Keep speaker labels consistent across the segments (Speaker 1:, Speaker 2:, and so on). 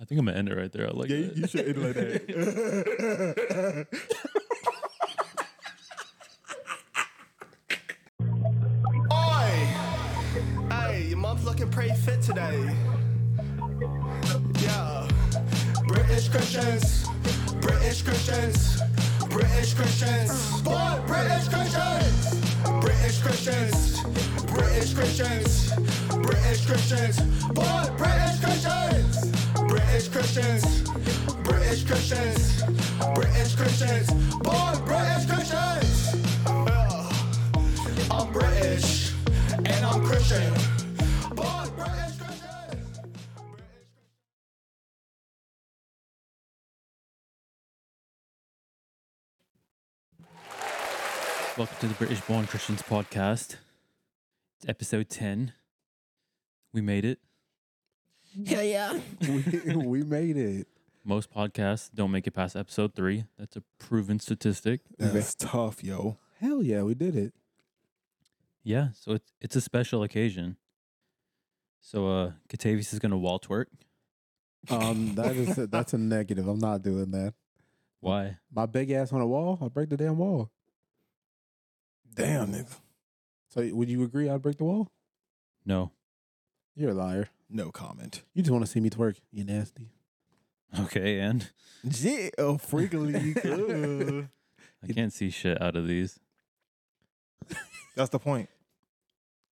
Speaker 1: I think I'm gonna end it right there. I like
Speaker 2: Yeah, you,
Speaker 1: that.
Speaker 2: you should end it like that.
Speaker 3: Oi! Hey, your mom's looking pretty fit today. Yeah. British Christians. British Christians. British Christians. Boy, British Christians. British Christians. British Christians. British Christians. Boy, British Christians. British Christians. British Christians. British Christians. Boy, British Christians. Yeah. I'm British and I'm Christian. But British Christian.
Speaker 1: Welcome to the British Born Christians podcast. It's episode 10. We made it.
Speaker 2: we, we made it.
Speaker 1: Most podcasts don't make it past episode three. That's a proven statistic.
Speaker 2: That's tough, yo. Hell yeah, we did it.
Speaker 1: Yeah, so it's it's a special occasion. So uh Catavius is gonna wall twerk.
Speaker 2: Um, that is a, that's a negative. I'm not doing that.
Speaker 1: Why?
Speaker 2: My big ass on a wall, I'll break the damn wall.
Speaker 4: Damn, nigga.
Speaker 2: So would you agree I'd break the wall?
Speaker 1: No.
Speaker 2: You're a liar.
Speaker 4: No comment.
Speaker 2: You just want to see me twerk. You nasty.
Speaker 1: Okay, and
Speaker 4: Yeah, oh, freakily you could.
Speaker 1: I can't see shit out of these
Speaker 4: That's the point.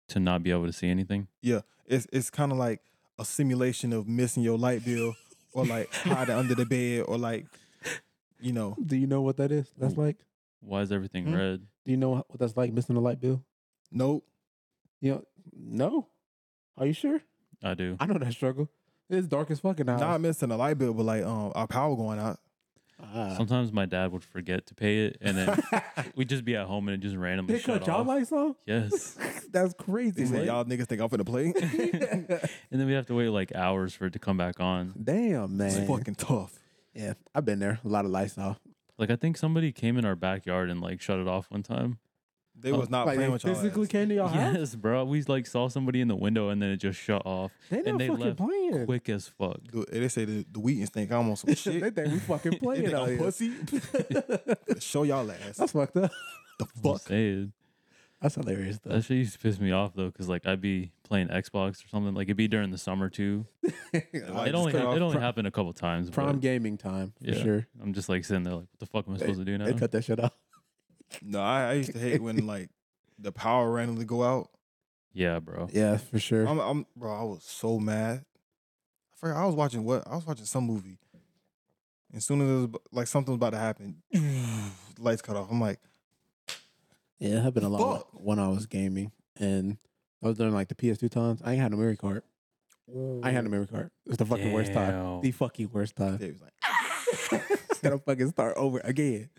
Speaker 1: to not be able to see anything.
Speaker 4: Yeah, it's it's kind of like a simulation of missing your light bill, or like hiding under the bed, or like, you know,
Speaker 2: Do you know what that is? That's like.
Speaker 1: Why is everything
Speaker 4: Hmm?
Speaker 1: red?
Speaker 2: Do you know what that's like? Missing a light bill.
Speaker 4: nope.
Speaker 2: You know, no. Are you sure?
Speaker 1: I do.
Speaker 2: I know that struggle. It's dark as fucking out.
Speaker 4: Not missing a light bill, but like um, our power going out.
Speaker 2: Ah.
Speaker 1: Sometimes my dad would forget to pay it and then we'd just be at home and it just randomly
Speaker 2: They
Speaker 1: shut
Speaker 2: cut y'all
Speaker 1: off.
Speaker 2: lights off.
Speaker 1: yes.
Speaker 2: That's
Speaker 4: They
Speaker 2: crazy.
Speaker 4: said
Speaker 2: man.
Speaker 4: y'all niggas think I'm finna play.
Speaker 1: And then we have to wait like hours for it to come back on.
Speaker 2: Damn
Speaker 4: It's
Speaker 2: man.
Speaker 4: fucking tough.
Speaker 2: Yeah, I've been there. A lot of lights off.
Speaker 1: Like I think somebody came in our backyard and like shut it off one time.
Speaker 4: Oh. They was not
Speaker 2: like
Speaker 4: playing
Speaker 2: they
Speaker 4: with y'all.
Speaker 2: physically
Speaker 4: ass.
Speaker 2: came to your house.
Speaker 1: Yes, bro. We like saw somebody in the window and then it just shut off.
Speaker 2: They not
Speaker 1: and they
Speaker 2: fucking
Speaker 1: left
Speaker 2: playing.
Speaker 1: quick as fuck.
Speaker 4: Dude, they say the, the Wheatons think I'm on some shit.
Speaker 2: they think we fucking
Speaker 4: They
Speaker 2: playing
Speaker 4: think
Speaker 2: out
Speaker 4: I'm
Speaker 2: here.
Speaker 4: pussy. Show y'all ass.
Speaker 2: That's fucked up.
Speaker 4: the
Speaker 1: I'm
Speaker 4: fuck.
Speaker 1: saying.
Speaker 2: That's hilarious though.
Speaker 1: That shit used to piss me off though, because like I'd be playing Xbox or something. Like it'd be during the summer too.
Speaker 4: Like,
Speaker 1: it only
Speaker 4: just cut
Speaker 1: hap-
Speaker 4: off
Speaker 1: it only
Speaker 2: prom-
Speaker 1: happened a couple times.
Speaker 2: Prime
Speaker 1: but
Speaker 2: gaming time for
Speaker 1: Yeah.
Speaker 2: sure.
Speaker 1: I'm just like sitting there like, what the fuck am I supposed to do now?
Speaker 2: They cut that shit off.
Speaker 4: No, I, I used to hate when like the power randomly go out.
Speaker 1: Yeah, bro.
Speaker 2: Yeah, for sure.
Speaker 4: I'm, I'm bro, I was so mad. I forgot I was watching what I was watching some movie. And soon as it was, ab- like something was about to happen, lights cut off. I'm like,
Speaker 2: yeah, it happened a lot
Speaker 4: Fuck.
Speaker 2: when I was gaming, and I was doing like the PS2 times. I ain't had no memory card. I ain't had no memory card. It was the fucking worst time.
Speaker 1: Damn.
Speaker 2: The fucking worst time.
Speaker 4: they was like,
Speaker 2: Gotta fucking start over again.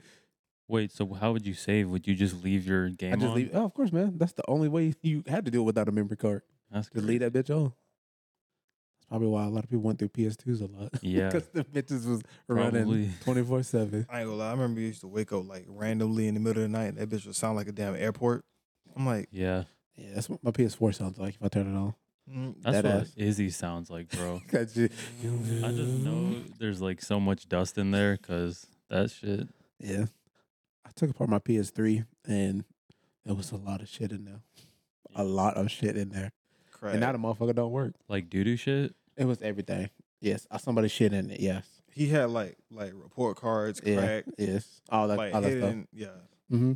Speaker 1: Wait, so how would you save? Would you just leave your game
Speaker 2: I just
Speaker 1: on?
Speaker 2: leave. Oh, of course, man. That's the only way you had to do it without a memory card.
Speaker 1: That's
Speaker 2: Just leave that bitch on. That's probably why a lot of people went through PS2s a lot.
Speaker 1: Yeah.
Speaker 2: Because the bitches was
Speaker 1: Probably.
Speaker 2: running 24 7.
Speaker 4: I ain't gonna lie. I remember you used to wake up like randomly in the middle of the night. And that bitch would sound like a damn airport. I'm like,
Speaker 1: Yeah,
Speaker 2: Yeah, that's what my PS4 sounds like if I turn it on.
Speaker 4: mm,
Speaker 1: that's
Speaker 2: That
Speaker 1: what
Speaker 2: ass.
Speaker 1: Izzy sounds like, bro.
Speaker 2: That shit.
Speaker 1: I just
Speaker 2: Mm.
Speaker 1: know there's like so much dust in there because that shit.
Speaker 2: Yeah. I took apart my PS3 and there was a lot of shit in there. A lot of shit in there.
Speaker 4: crap.
Speaker 2: And now the motherfucker don't work.
Speaker 1: Like doo doo shit.
Speaker 2: It was everything. Yes. I somebody shit in it. Yes.
Speaker 4: he had like like report cards,
Speaker 2: Yeah.
Speaker 4: crack,
Speaker 2: Yes. All that,
Speaker 4: like
Speaker 2: all that stuff.
Speaker 4: hidden, yeah,
Speaker 2: Mm-hmm.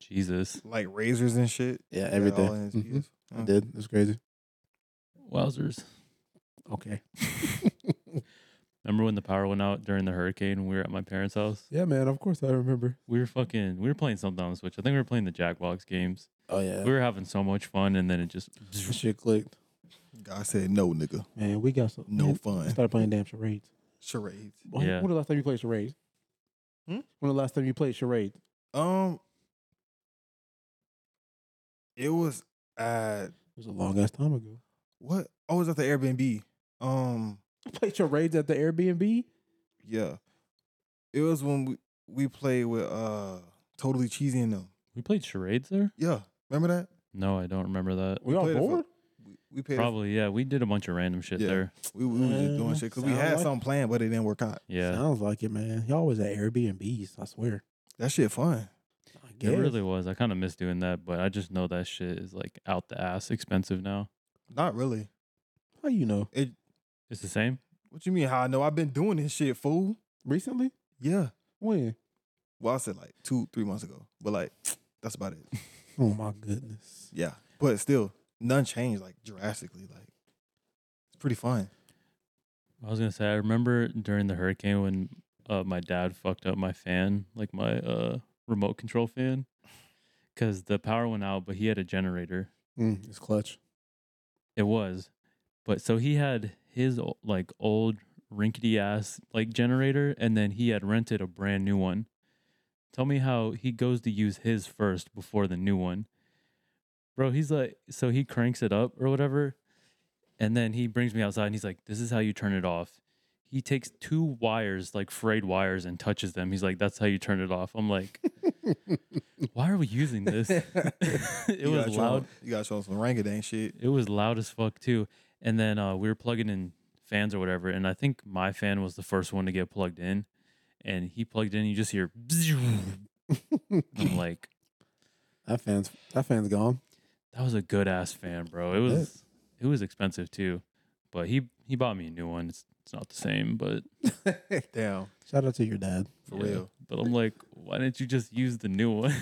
Speaker 1: Jesus.
Speaker 4: like razors and shit.
Speaker 2: Yeah,
Speaker 4: He had all
Speaker 2: everything.
Speaker 4: in his
Speaker 2: Mhm.
Speaker 4: PS.
Speaker 2: I
Speaker 4: Mm.
Speaker 2: did. It's crazy.
Speaker 1: Wowzers.
Speaker 2: Okay.
Speaker 1: Remember when the power went out during the hurricane and we were at my parents' house?
Speaker 2: yeah, man. Of course I remember.
Speaker 1: We were fucking, we were playing something on the Switch. I think we were playing the Jackbox games.
Speaker 2: Oh, yeah.
Speaker 1: We were having so much fun and then it just,
Speaker 2: shit clicked.
Speaker 4: God said no, nigga,
Speaker 2: Man, we got some.
Speaker 4: no
Speaker 2: man, we
Speaker 4: fun.
Speaker 2: started playing damn charades.
Speaker 4: Charades.
Speaker 2: When,
Speaker 1: Yeah.
Speaker 2: when the last time you played charades?
Speaker 4: Hmm?
Speaker 2: When the last time you played charades?
Speaker 4: Um, it was at
Speaker 2: It was a long ass time ago.
Speaker 4: what? Oh, it was at the Airbnb. Um,
Speaker 2: I played charades at the Airbnb.
Speaker 4: yeah, it was when we we played with uh totally cheesy and them.
Speaker 1: we played charades there?
Speaker 4: Yeah, remember that?
Speaker 1: No, I don't remember that.
Speaker 2: We all
Speaker 4: played it for-
Speaker 2: bored.
Speaker 4: We, we paid.
Speaker 1: Probably, yeah. We did a bunch of random shit
Speaker 4: Yeah.
Speaker 1: there.
Speaker 4: We, we were just doing
Speaker 2: Uh,
Speaker 4: shit because we
Speaker 2: sound
Speaker 4: had
Speaker 2: like-
Speaker 4: something planned, but it didn't work out.
Speaker 1: Yeah.
Speaker 2: Sounds like it, man. Y'all was at Airbnbs, I swear.
Speaker 4: That shit fun.
Speaker 2: I
Speaker 1: It really was. I kind of miss doing that, but I just know that shit is like out the ass expensive now.
Speaker 4: Not really.
Speaker 2: How you know?
Speaker 1: It's the same.
Speaker 4: What you mean? How I know? I've been doing this shit, fool.
Speaker 2: Recently?
Speaker 4: Yeah.
Speaker 2: When?
Speaker 4: Well, I said like two, three months ago, but like that's about it.
Speaker 2: Oh my goodness.
Speaker 4: Yeah, but still, none changed like drastically. Like it's pretty fun.
Speaker 1: I was gonna say I remember during the hurricane when uh, my dad fucked up my fan, like my uh, remote control fan, because the power went out, but he had a generator.
Speaker 2: Mm, it's clutch.
Speaker 1: It was, but so he had his o- like old rinkety ass like generator, and then he had rented a brand new one. Tell me how he goes to use his first before the new one, bro. He's like, so he cranks it up or whatever, and then he brings me outside and he's like, "This is how you turn it off." He takes two wires, like frayed wires, and touches them. He's like, "That's how you turn it off." I'm like, "Why are we using this?" it
Speaker 4: You
Speaker 1: was
Speaker 4: gotta show
Speaker 1: loud.
Speaker 4: 'em- You got to show 'em some orangutan shit.
Speaker 1: It was loud as fuck too. And then uh, we were plugging in fans or whatever, and I think my fan was the first one to get plugged in, and he plugged in. You just hear, I'm like,
Speaker 2: That fan's that fan's gone.
Speaker 1: that was a good ass fan, bro. It was it was expensive too, but he he bought me a new one. It's it's not the same, but
Speaker 4: Damn,
Speaker 2: Shout out to your dad.
Speaker 4: for
Speaker 1: yeah.
Speaker 4: real.
Speaker 1: But I'm like, why didn't you just use the new one?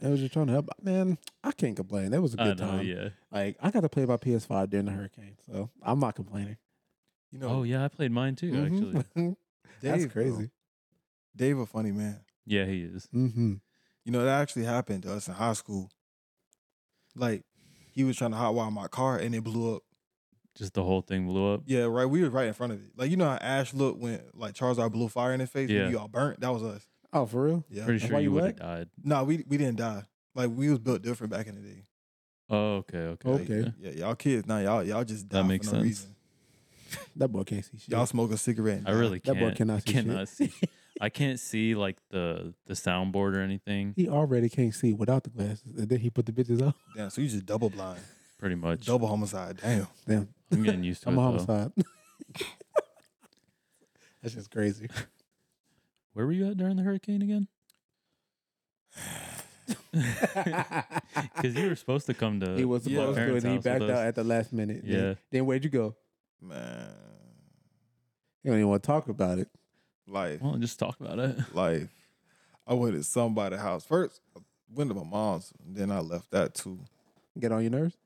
Speaker 2: I was just trying to help. Man, I can't complain. That was a
Speaker 1: I know,
Speaker 2: good time.
Speaker 1: yeah.
Speaker 2: Like I got to play my PS5 during the hurricane, so I'm not complaining.
Speaker 4: You
Speaker 1: Oh
Speaker 4: know,
Speaker 1: yeah, I played mine too. Actually,
Speaker 2: Mhm.
Speaker 4: Dave,
Speaker 2: That's
Speaker 4: bro.
Speaker 2: crazy.
Speaker 4: Dave, a funny man.
Speaker 1: yeah, he is.
Speaker 2: Mm-hmm.
Speaker 4: You know that actually happened to us in high school. Like he was trying to hotwire my car and it blew up.
Speaker 1: Just the whole thing blew up.
Speaker 4: Yeah, right. We were right in front of it. Like you know how Ash looked when like Charizard blew fire in his face.
Speaker 1: Yeah.
Speaker 4: Yeah, you all burnt. That was us.
Speaker 2: Oh, for real?
Speaker 4: Yeah.
Speaker 1: Pretty
Speaker 2: That's
Speaker 1: sure
Speaker 2: why
Speaker 1: you
Speaker 2: you
Speaker 1: would have
Speaker 2: wrecked?
Speaker 1: died.
Speaker 4: No, we we didn't die. Like we was built different back in the day.
Speaker 1: Oh, okay, okay,
Speaker 4: Like,
Speaker 2: Okay.
Speaker 4: Yeah, y'all kids now y'all y'all just die
Speaker 1: That makes
Speaker 4: for no
Speaker 1: sense.
Speaker 4: reason.
Speaker 2: That boy can't see shit.
Speaker 4: Y'all smoke a cigarette. and
Speaker 1: I
Speaker 4: die.
Speaker 1: really
Speaker 2: that
Speaker 1: can't.
Speaker 2: boy cannot
Speaker 1: I
Speaker 2: see shit.
Speaker 1: cannot see. I can't see like the the soundboard or anything.
Speaker 2: He already can't see without the glasses, and then he put the bitches on.
Speaker 4: damn. So you just double blind,
Speaker 1: Pretty much.
Speaker 4: double homicide. Damn.
Speaker 2: Damn,
Speaker 1: I'm getting used to
Speaker 2: I'm
Speaker 1: it.
Speaker 2: a
Speaker 1: though.
Speaker 2: homicide. That's just crazy.
Speaker 1: Where were you at during the hurricane again? Because you were supposed to come to.
Speaker 2: he was
Speaker 4: Yeah.
Speaker 2: supposed to,
Speaker 1: uh, parents'
Speaker 2: and he
Speaker 1: house with
Speaker 2: backed out
Speaker 1: us.
Speaker 2: at the last minute. Then-
Speaker 1: Yeah.
Speaker 2: Then, where'd you go?
Speaker 4: Man,
Speaker 2: You don't even want to talk about it.
Speaker 4: life,
Speaker 1: Well, just talk about it.
Speaker 4: life. I went to somebody's house first. I went to my mom's, and then I left that too.
Speaker 2: Get on your nerves.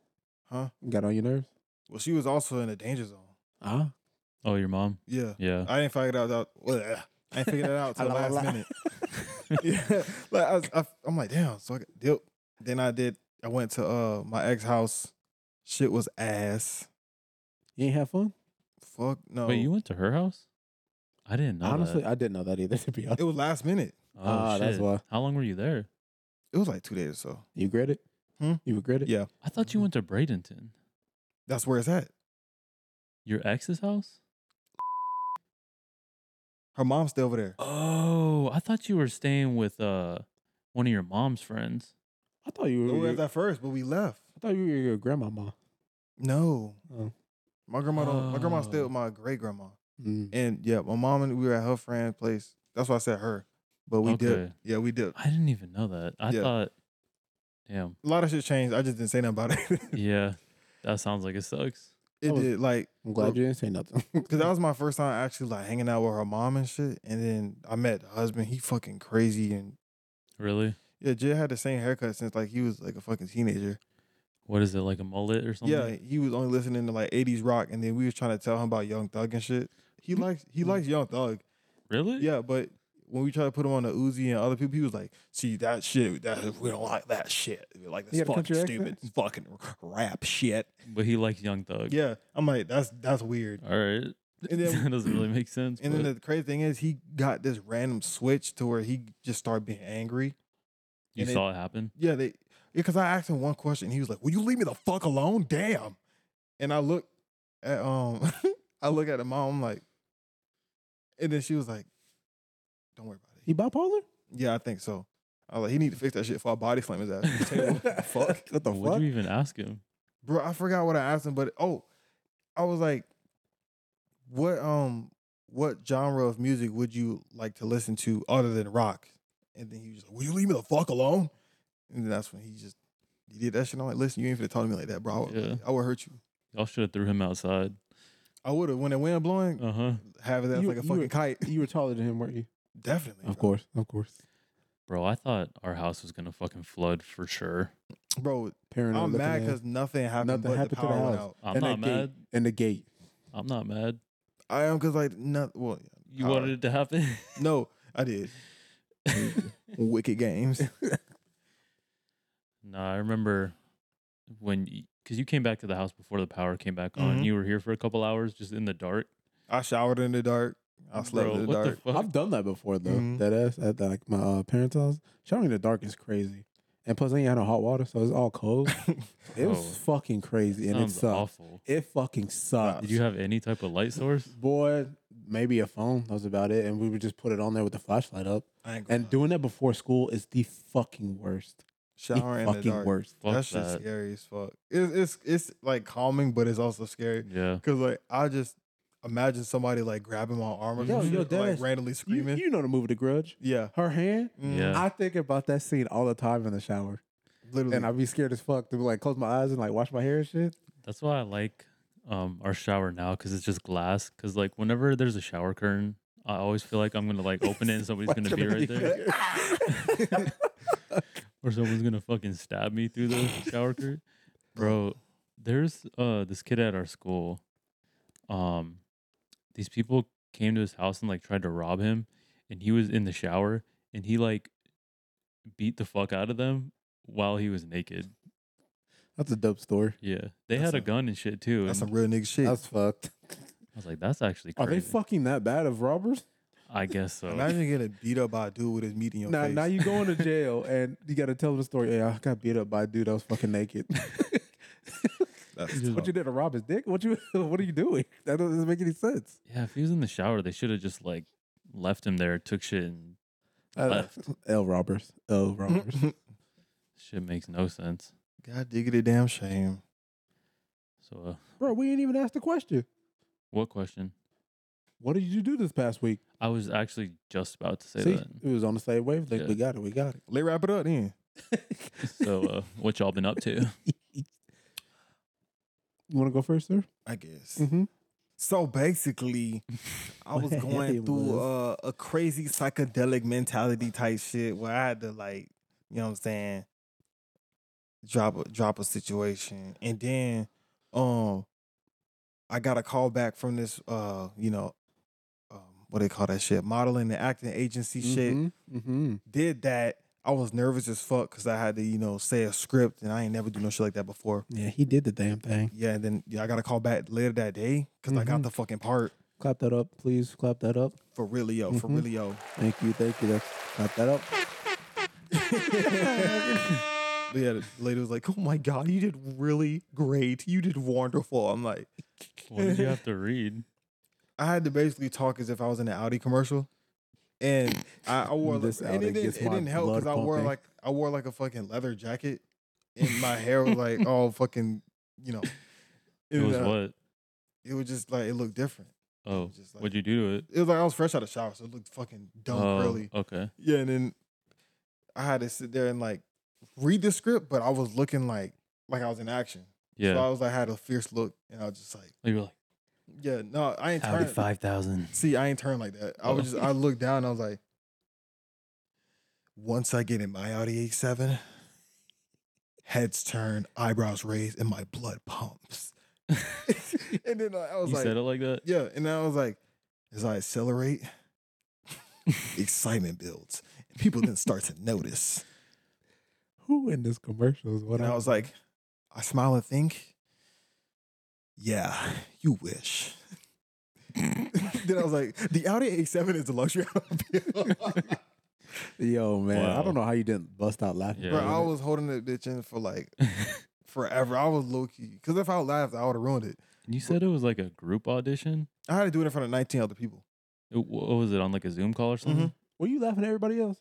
Speaker 4: Huh?
Speaker 2: Got on your nerves.
Speaker 4: Well, she was also in a danger zone.
Speaker 2: Ah,
Speaker 1: Oh, your mom.
Speaker 4: Yeah,
Speaker 1: Yeah.
Speaker 4: I didn't figure it out. That, well, I ain't figured it out till the
Speaker 2: La, la,
Speaker 4: last
Speaker 2: la.
Speaker 4: minute. yeah, like I was, I, I'm like, damn. So I got, yep. Then I did. I went to uh my ex house. Shit was ass.
Speaker 2: you ain't have fun.
Speaker 4: Fuck no.
Speaker 1: Wait, you went to her house? I didn't know.
Speaker 2: Honestly,
Speaker 1: that.
Speaker 2: I didn't know that either. To be honest,
Speaker 4: It was last minute.
Speaker 1: oh,
Speaker 2: Ah, that's
Speaker 1: shit.
Speaker 2: why.
Speaker 1: How long were you there?
Speaker 4: It was like two days or so.
Speaker 2: you regret it.
Speaker 4: Hmm?
Speaker 2: You regret it.
Speaker 4: Yeah,
Speaker 1: I thought you went to Bradenton,
Speaker 4: that's where it's at.
Speaker 1: your ex's house.
Speaker 4: Her mom's still over there.
Speaker 1: Oh, I thought you were staying with uh one of your mom's friends.
Speaker 2: I thought you
Speaker 4: We
Speaker 2: were.
Speaker 4: were
Speaker 2: Your,
Speaker 4: at that first, but we left.
Speaker 2: I thought you were your grandmama.
Speaker 4: No,
Speaker 2: Oh.
Speaker 4: my grandma. Don't, My grandma's still
Speaker 1: Oh.
Speaker 4: my great grandma.
Speaker 2: Mm.
Speaker 4: And yeah, my mom and we were at her friend's place. That's why I said her. But we did.
Speaker 1: Okay.
Speaker 4: Yeah, we did.
Speaker 1: I didn't even know that. I
Speaker 4: Yeah.
Speaker 1: thought, damn,
Speaker 4: A lot of shit changed. I just didn't say nothing about it.
Speaker 1: yeah, that sounds like it sucks.
Speaker 4: it
Speaker 2: I was-
Speaker 4: did like
Speaker 2: I'm glad you didn't say nothing.
Speaker 4: Cause that was my first time actually like hanging out with her mom and shit. And then I met the husband. He fucking crazy and
Speaker 1: Really?
Speaker 4: yeah, Jid had the same haircut since like he was like a fucking teenager.
Speaker 1: What is it like a mullet or something?
Speaker 4: Yeah, he was only listening to like '80s rock, and then we was trying to tell him about Young Thug and shit. He likes he likes Young Thug.
Speaker 1: Really?
Speaker 4: Yeah, but when we tried to put him on the Uzi and other people, he was like, "See that shit? That we don't like that shit. We like
Speaker 2: He
Speaker 4: this
Speaker 2: had a
Speaker 4: fucking
Speaker 2: country
Speaker 4: stupid fucking rap shit."
Speaker 1: But he likes Young Thug.
Speaker 4: Yeah, I'm like, that's that's weird.
Speaker 1: All right.
Speaker 4: And then-
Speaker 1: that doesn't really make sense.
Speaker 4: And then
Speaker 1: but
Speaker 4: the crazy thing is, he got this random switch to where he just started being angry.
Speaker 1: you
Speaker 4: and it-
Speaker 1: saw it, happen.
Speaker 4: Yeah, they because I asked him one question. He was like, "Will you leave me the fuck alone?" Damn. And I look at um, I look at the mom. I'm like, and then she was like, "Don't worry about it."
Speaker 2: you bipolar?
Speaker 4: Yeah, I think so. I was like, he need to fix that shit before I body slam his ass.
Speaker 2: what the fuck?
Speaker 1: Would you even ask him?
Speaker 4: bro, I forgot what I asked him, but oh, I was like, what um, what genre of music would you like to listen to other than rock? And then he was like, will you leave me the fuck alone? And then that's when he just he did that shit. I'm like, listen, you ain't finna talk to me like that, bro. I would,
Speaker 1: Yeah.
Speaker 4: I would hurt you.
Speaker 1: Y'all should have threw him outside.
Speaker 4: I would have when the wind blowing,
Speaker 1: Uh huh.
Speaker 4: have it ass
Speaker 2: You-
Speaker 4: like a
Speaker 2: you
Speaker 4: fucking
Speaker 2: were-
Speaker 4: kite.
Speaker 2: You were taller than him, weren't you?
Speaker 4: Definitely,
Speaker 2: Of
Speaker 4: bro.
Speaker 2: course, of course.
Speaker 1: Bro, I thought our house was gonna fucking flood for sure.
Speaker 4: bro.
Speaker 2: Paranoid.
Speaker 4: I'm
Speaker 2: looking
Speaker 4: mad
Speaker 2: ass.
Speaker 4: because nothing happened.
Speaker 2: Nothing
Speaker 4: but the
Speaker 2: happened to the
Speaker 4: power went
Speaker 2: house.
Speaker 4: out.
Speaker 1: I'm
Speaker 2: And
Speaker 1: not
Speaker 2: that gate.
Speaker 1: mad.
Speaker 2: and the gate.
Speaker 1: I'm not mad.
Speaker 4: I am because like not well.
Speaker 1: You
Speaker 4: Power.
Speaker 1: wanted it to happen.
Speaker 4: No, I did. Wicked games.
Speaker 1: No, I remember when because you came back to the house before the power came back on.
Speaker 4: Mhm.
Speaker 1: You were here for a couple hours, just in the dark.
Speaker 4: I showered in the dark. I slept
Speaker 1: Bro,
Speaker 4: in the
Speaker 1: what
Speaker 4: dark.
Speaker 1: fuck?
Speaker 2: I've done that before though.
Speaker 4: Mhm.
Speaker 2: That ass at like my uh, parents' house. Showering in the dark is crazy. And plus, I ain't had no hot water, so it's all cold. It was
Speaker 1: Oh.
Speaker 2: fucking crazy, and it
Speaker 1: Sounds
Speaker 2: sucked.
Speaker 1: awful.
Speaker 2: It fucking sucked.
Speaker 1: Did you have any type of light source?
Speaker 2: Boy, maybe a phone. That was about it. And we would just put it on there with the flashlight up.
Speaker 4: I ain't gonna
Speaker 2: And
Speaker 4: lie.
Speaker 2: doing that before school is the fucking worst. The
Speaker 4: shower in the
Speaker 2: fucking
Speaker 4: dark.
Speaker 2: worst.
Speaker 1: Fuck
Speaker 4: That's just
Speaker 1: that.
Speaker 4: scary as fuck. It's, it's it's like calming, but it's also scary
Speaker 1: Yeah.
Speaker 4: because like I just imagine somebody like grabbing my arm or
Speaker 1: Yo,
Speaker 4: some
Speaker 1: yo,
Speaker 4: shit, like
Speaker 2: deadass.
Speaker 4: randomly
Speaker 2: You,
Speaker 4: screaming.
Speaker 2: you know the movie The Grudge?
Speaker 4: yeah,
Speaker 2: Her hand.
Speaker 4: Mm,
Speaker 1: Yeah.
Speaker 2: I think about that scene all the time in the shower,
Speaker 4: literally.
Speaker 2: and I'd be scared as fuck to like close my eyes and like wash my hair and shit.
Speaker 1: That's why I like um our shower now because it's just glass. Because like whenever there's a shower curtain, I always feel like I'm gonna like open it and somebody's gonna be right there, or someone's gonna fucking stab me through the shower curtain. Bro, there's uh this kid at our school. Um, these people came to his house and like tried to rob him, and he was in the shower and he like beat the fuck out of them while he was naked.
Speaker 2: That's a dope story.
Speaker 1: Yeah, they
Speaker 4: That's
Speaker 1: had a,
Speaker 4: a-
Speaker 1: gun and shit too.
Speaker 4: That's
Speaker 1: and
Speaker 4: some real nigga shit.
Speaker 2: That's fucked.
Speaker 1: I was like, that's actually
Speaker 2: Are
Speaker 1: crazy.
Speaker 2: they fucking that bad of robbers?
Speaker 1: I guess so.
Speaker 4: Imagine getting beat up by a dude with his meat in your
Speaker 2: Now,
Speaker 4: face.
Speaker 2: now you going to jail and you got to tell the story. Yeah, I got beat up by a dude that was fucking naked.
Speaker 4: That's
Speaker 2: what
Speaker 4: tough.
Speaker 2: you did to rob his dick? What you? What are you doing? That doesn't make any sense.
Speaker 1: Yeah, if he was in the shower, they should have just like left him there, took shit, and
Speaker 2: I don't- Uh, L robbers. L robbers.
Speaker 1: shit makes no sense.
Speaker 4: God diggity damn shame.
Speaker 1: So, uh,
Speaker 2: Bro, we ain't even asked the question.
Speaker 1: what question?
Speaker 2: What did you do this past week?
Speaker 1: I was actually just about to say
Speaker 2: See,
Speaker 1: that.
Speaker 2: it was on the same wavelength.
Speaker 1: Yeah.
Speaker 2: We got it. We got it.
Speaker 4: Let's wrap it up then.
Speaker 1: So, uh, what y'all been up to?
Speaker 2: You want to go first, sir?
Speaker 4: I guess.
Speaker 2: Mm-hmm.
Speaker 4: So basically, I was
Speaker 2: What
Speaker 4: going
Speaker 2: it
Speaker 4: through uh,
Speaker 2: was.
Speaker 4: a crazy psychedelic mentality type shit where I had to like, you know what I'm saying, drop a drop a situation. And then um I got a call back from this uh, you know, um, what they call that shit, modeling and acting agency shit
Speaker 2: Mm-hmm.
Speaker 4: did that, I was nervous as fuck because I had to, you know, say a script and I ain't never do no shit like that before.
Speaker 2: Yeah, he did the damn thing.
Speaker 4: Yeah, and then yeah, I got a call back later that day because I got
Speaker 2: Mhm.
Speaker 4: the fucking part
Speaker 2: Clap that up, please. Clap that up.
Speaker 4: for really yo, for
Speaker 2: Mhm.
Speaker 4: really yo.
Speaker 2: Thank you. Thank you. That's, clap that up.
Speaker 4: But yeah, the lady was like, "Oh my god, you did really great. You did wonderful." I'm like,
Speaker 1: What did you have to read?
Speaker 4: I had to basically talk as if I was in an Audi commercial, and I, I wore
Speaker 2: This
Speaker 4: this
Speaker 2: Audi
Speaker 4: and it didn't,
Speaker 2: gets
Speaker 4: it
Speaker 2: my
Speaker 4: didn't help
Speaker 2: blood
Speaker 4: because I wore
Speaker 2: pumping.
Speaker 4: like I wore like a fucking leather jacket, and my hair was like all fucking, you know,
Speaker 1: It was
Speaker 4: uh,
Speaker 1: what?
Speaker 4: It was just like it looked different.
Speaker 1: Oh,
Speaker 4: just like-
Speaker 1: what'd you do to it?
Speaker 4: It was like I was fresh out of shower, so it looked fucking dumb
Speaker 1: oh,
Speaker 4: curly.
Speaker 1: okay.
Speaker 4: Yeah, and then I had to sit there and like read the script, but I was looking like like I was in action.
Speaker 1: Yeah.
Speaker 4: So I was like had a fierce look, and I was just like,
Speaker 1: you were like,
Speaker 4: yeah, no, I ain't
Speaker 1: Audi
Speaker 4: turn.
Speaker 1: 5000.
Speaker 4: See, I ain't turn like that. I was
Speaker 1: Oh.
Speaker 4: just I looked down. I was like, once I get in my Audi A7, heads turn, eyebrows raised, and my blood pumps. and then I I was
Speaker 1: You
Speaker 4: like,
Speaker 1: said it like that?
Speaker 4: yeah, and I was like, as I accelerate, excitement builds. And people then start to notice.
Speaker 2: Who in this commercial is what
Speaker 4: and I was like, I smile and think, yeah, you wish. then I was like, the Audi A7 is a luxury automobile.
Speaker 2: Yo, man, I
Speaker 1: Wow.
Speaker 2: don't know how you didn't bust out laughing.
Speaker 1: Yeah.
Speaker 4: Bro,
Speaker 2: during
Speaker 4: I
Speaker 2: it.
Speaker 4: was holding that bitch in for like forever. I was low key. Because if I laughed, I would have ruined it.
Speaker 1: You said it was like a group audition?
Speaker 4: I had to do it in front of 19 other people.
Speaker 1: It- what was it, on like a Zoom call or
Speaker 4: Mm-hmm.
Speaker 1: something?
Speaker 2: Were you laughing at everybody else?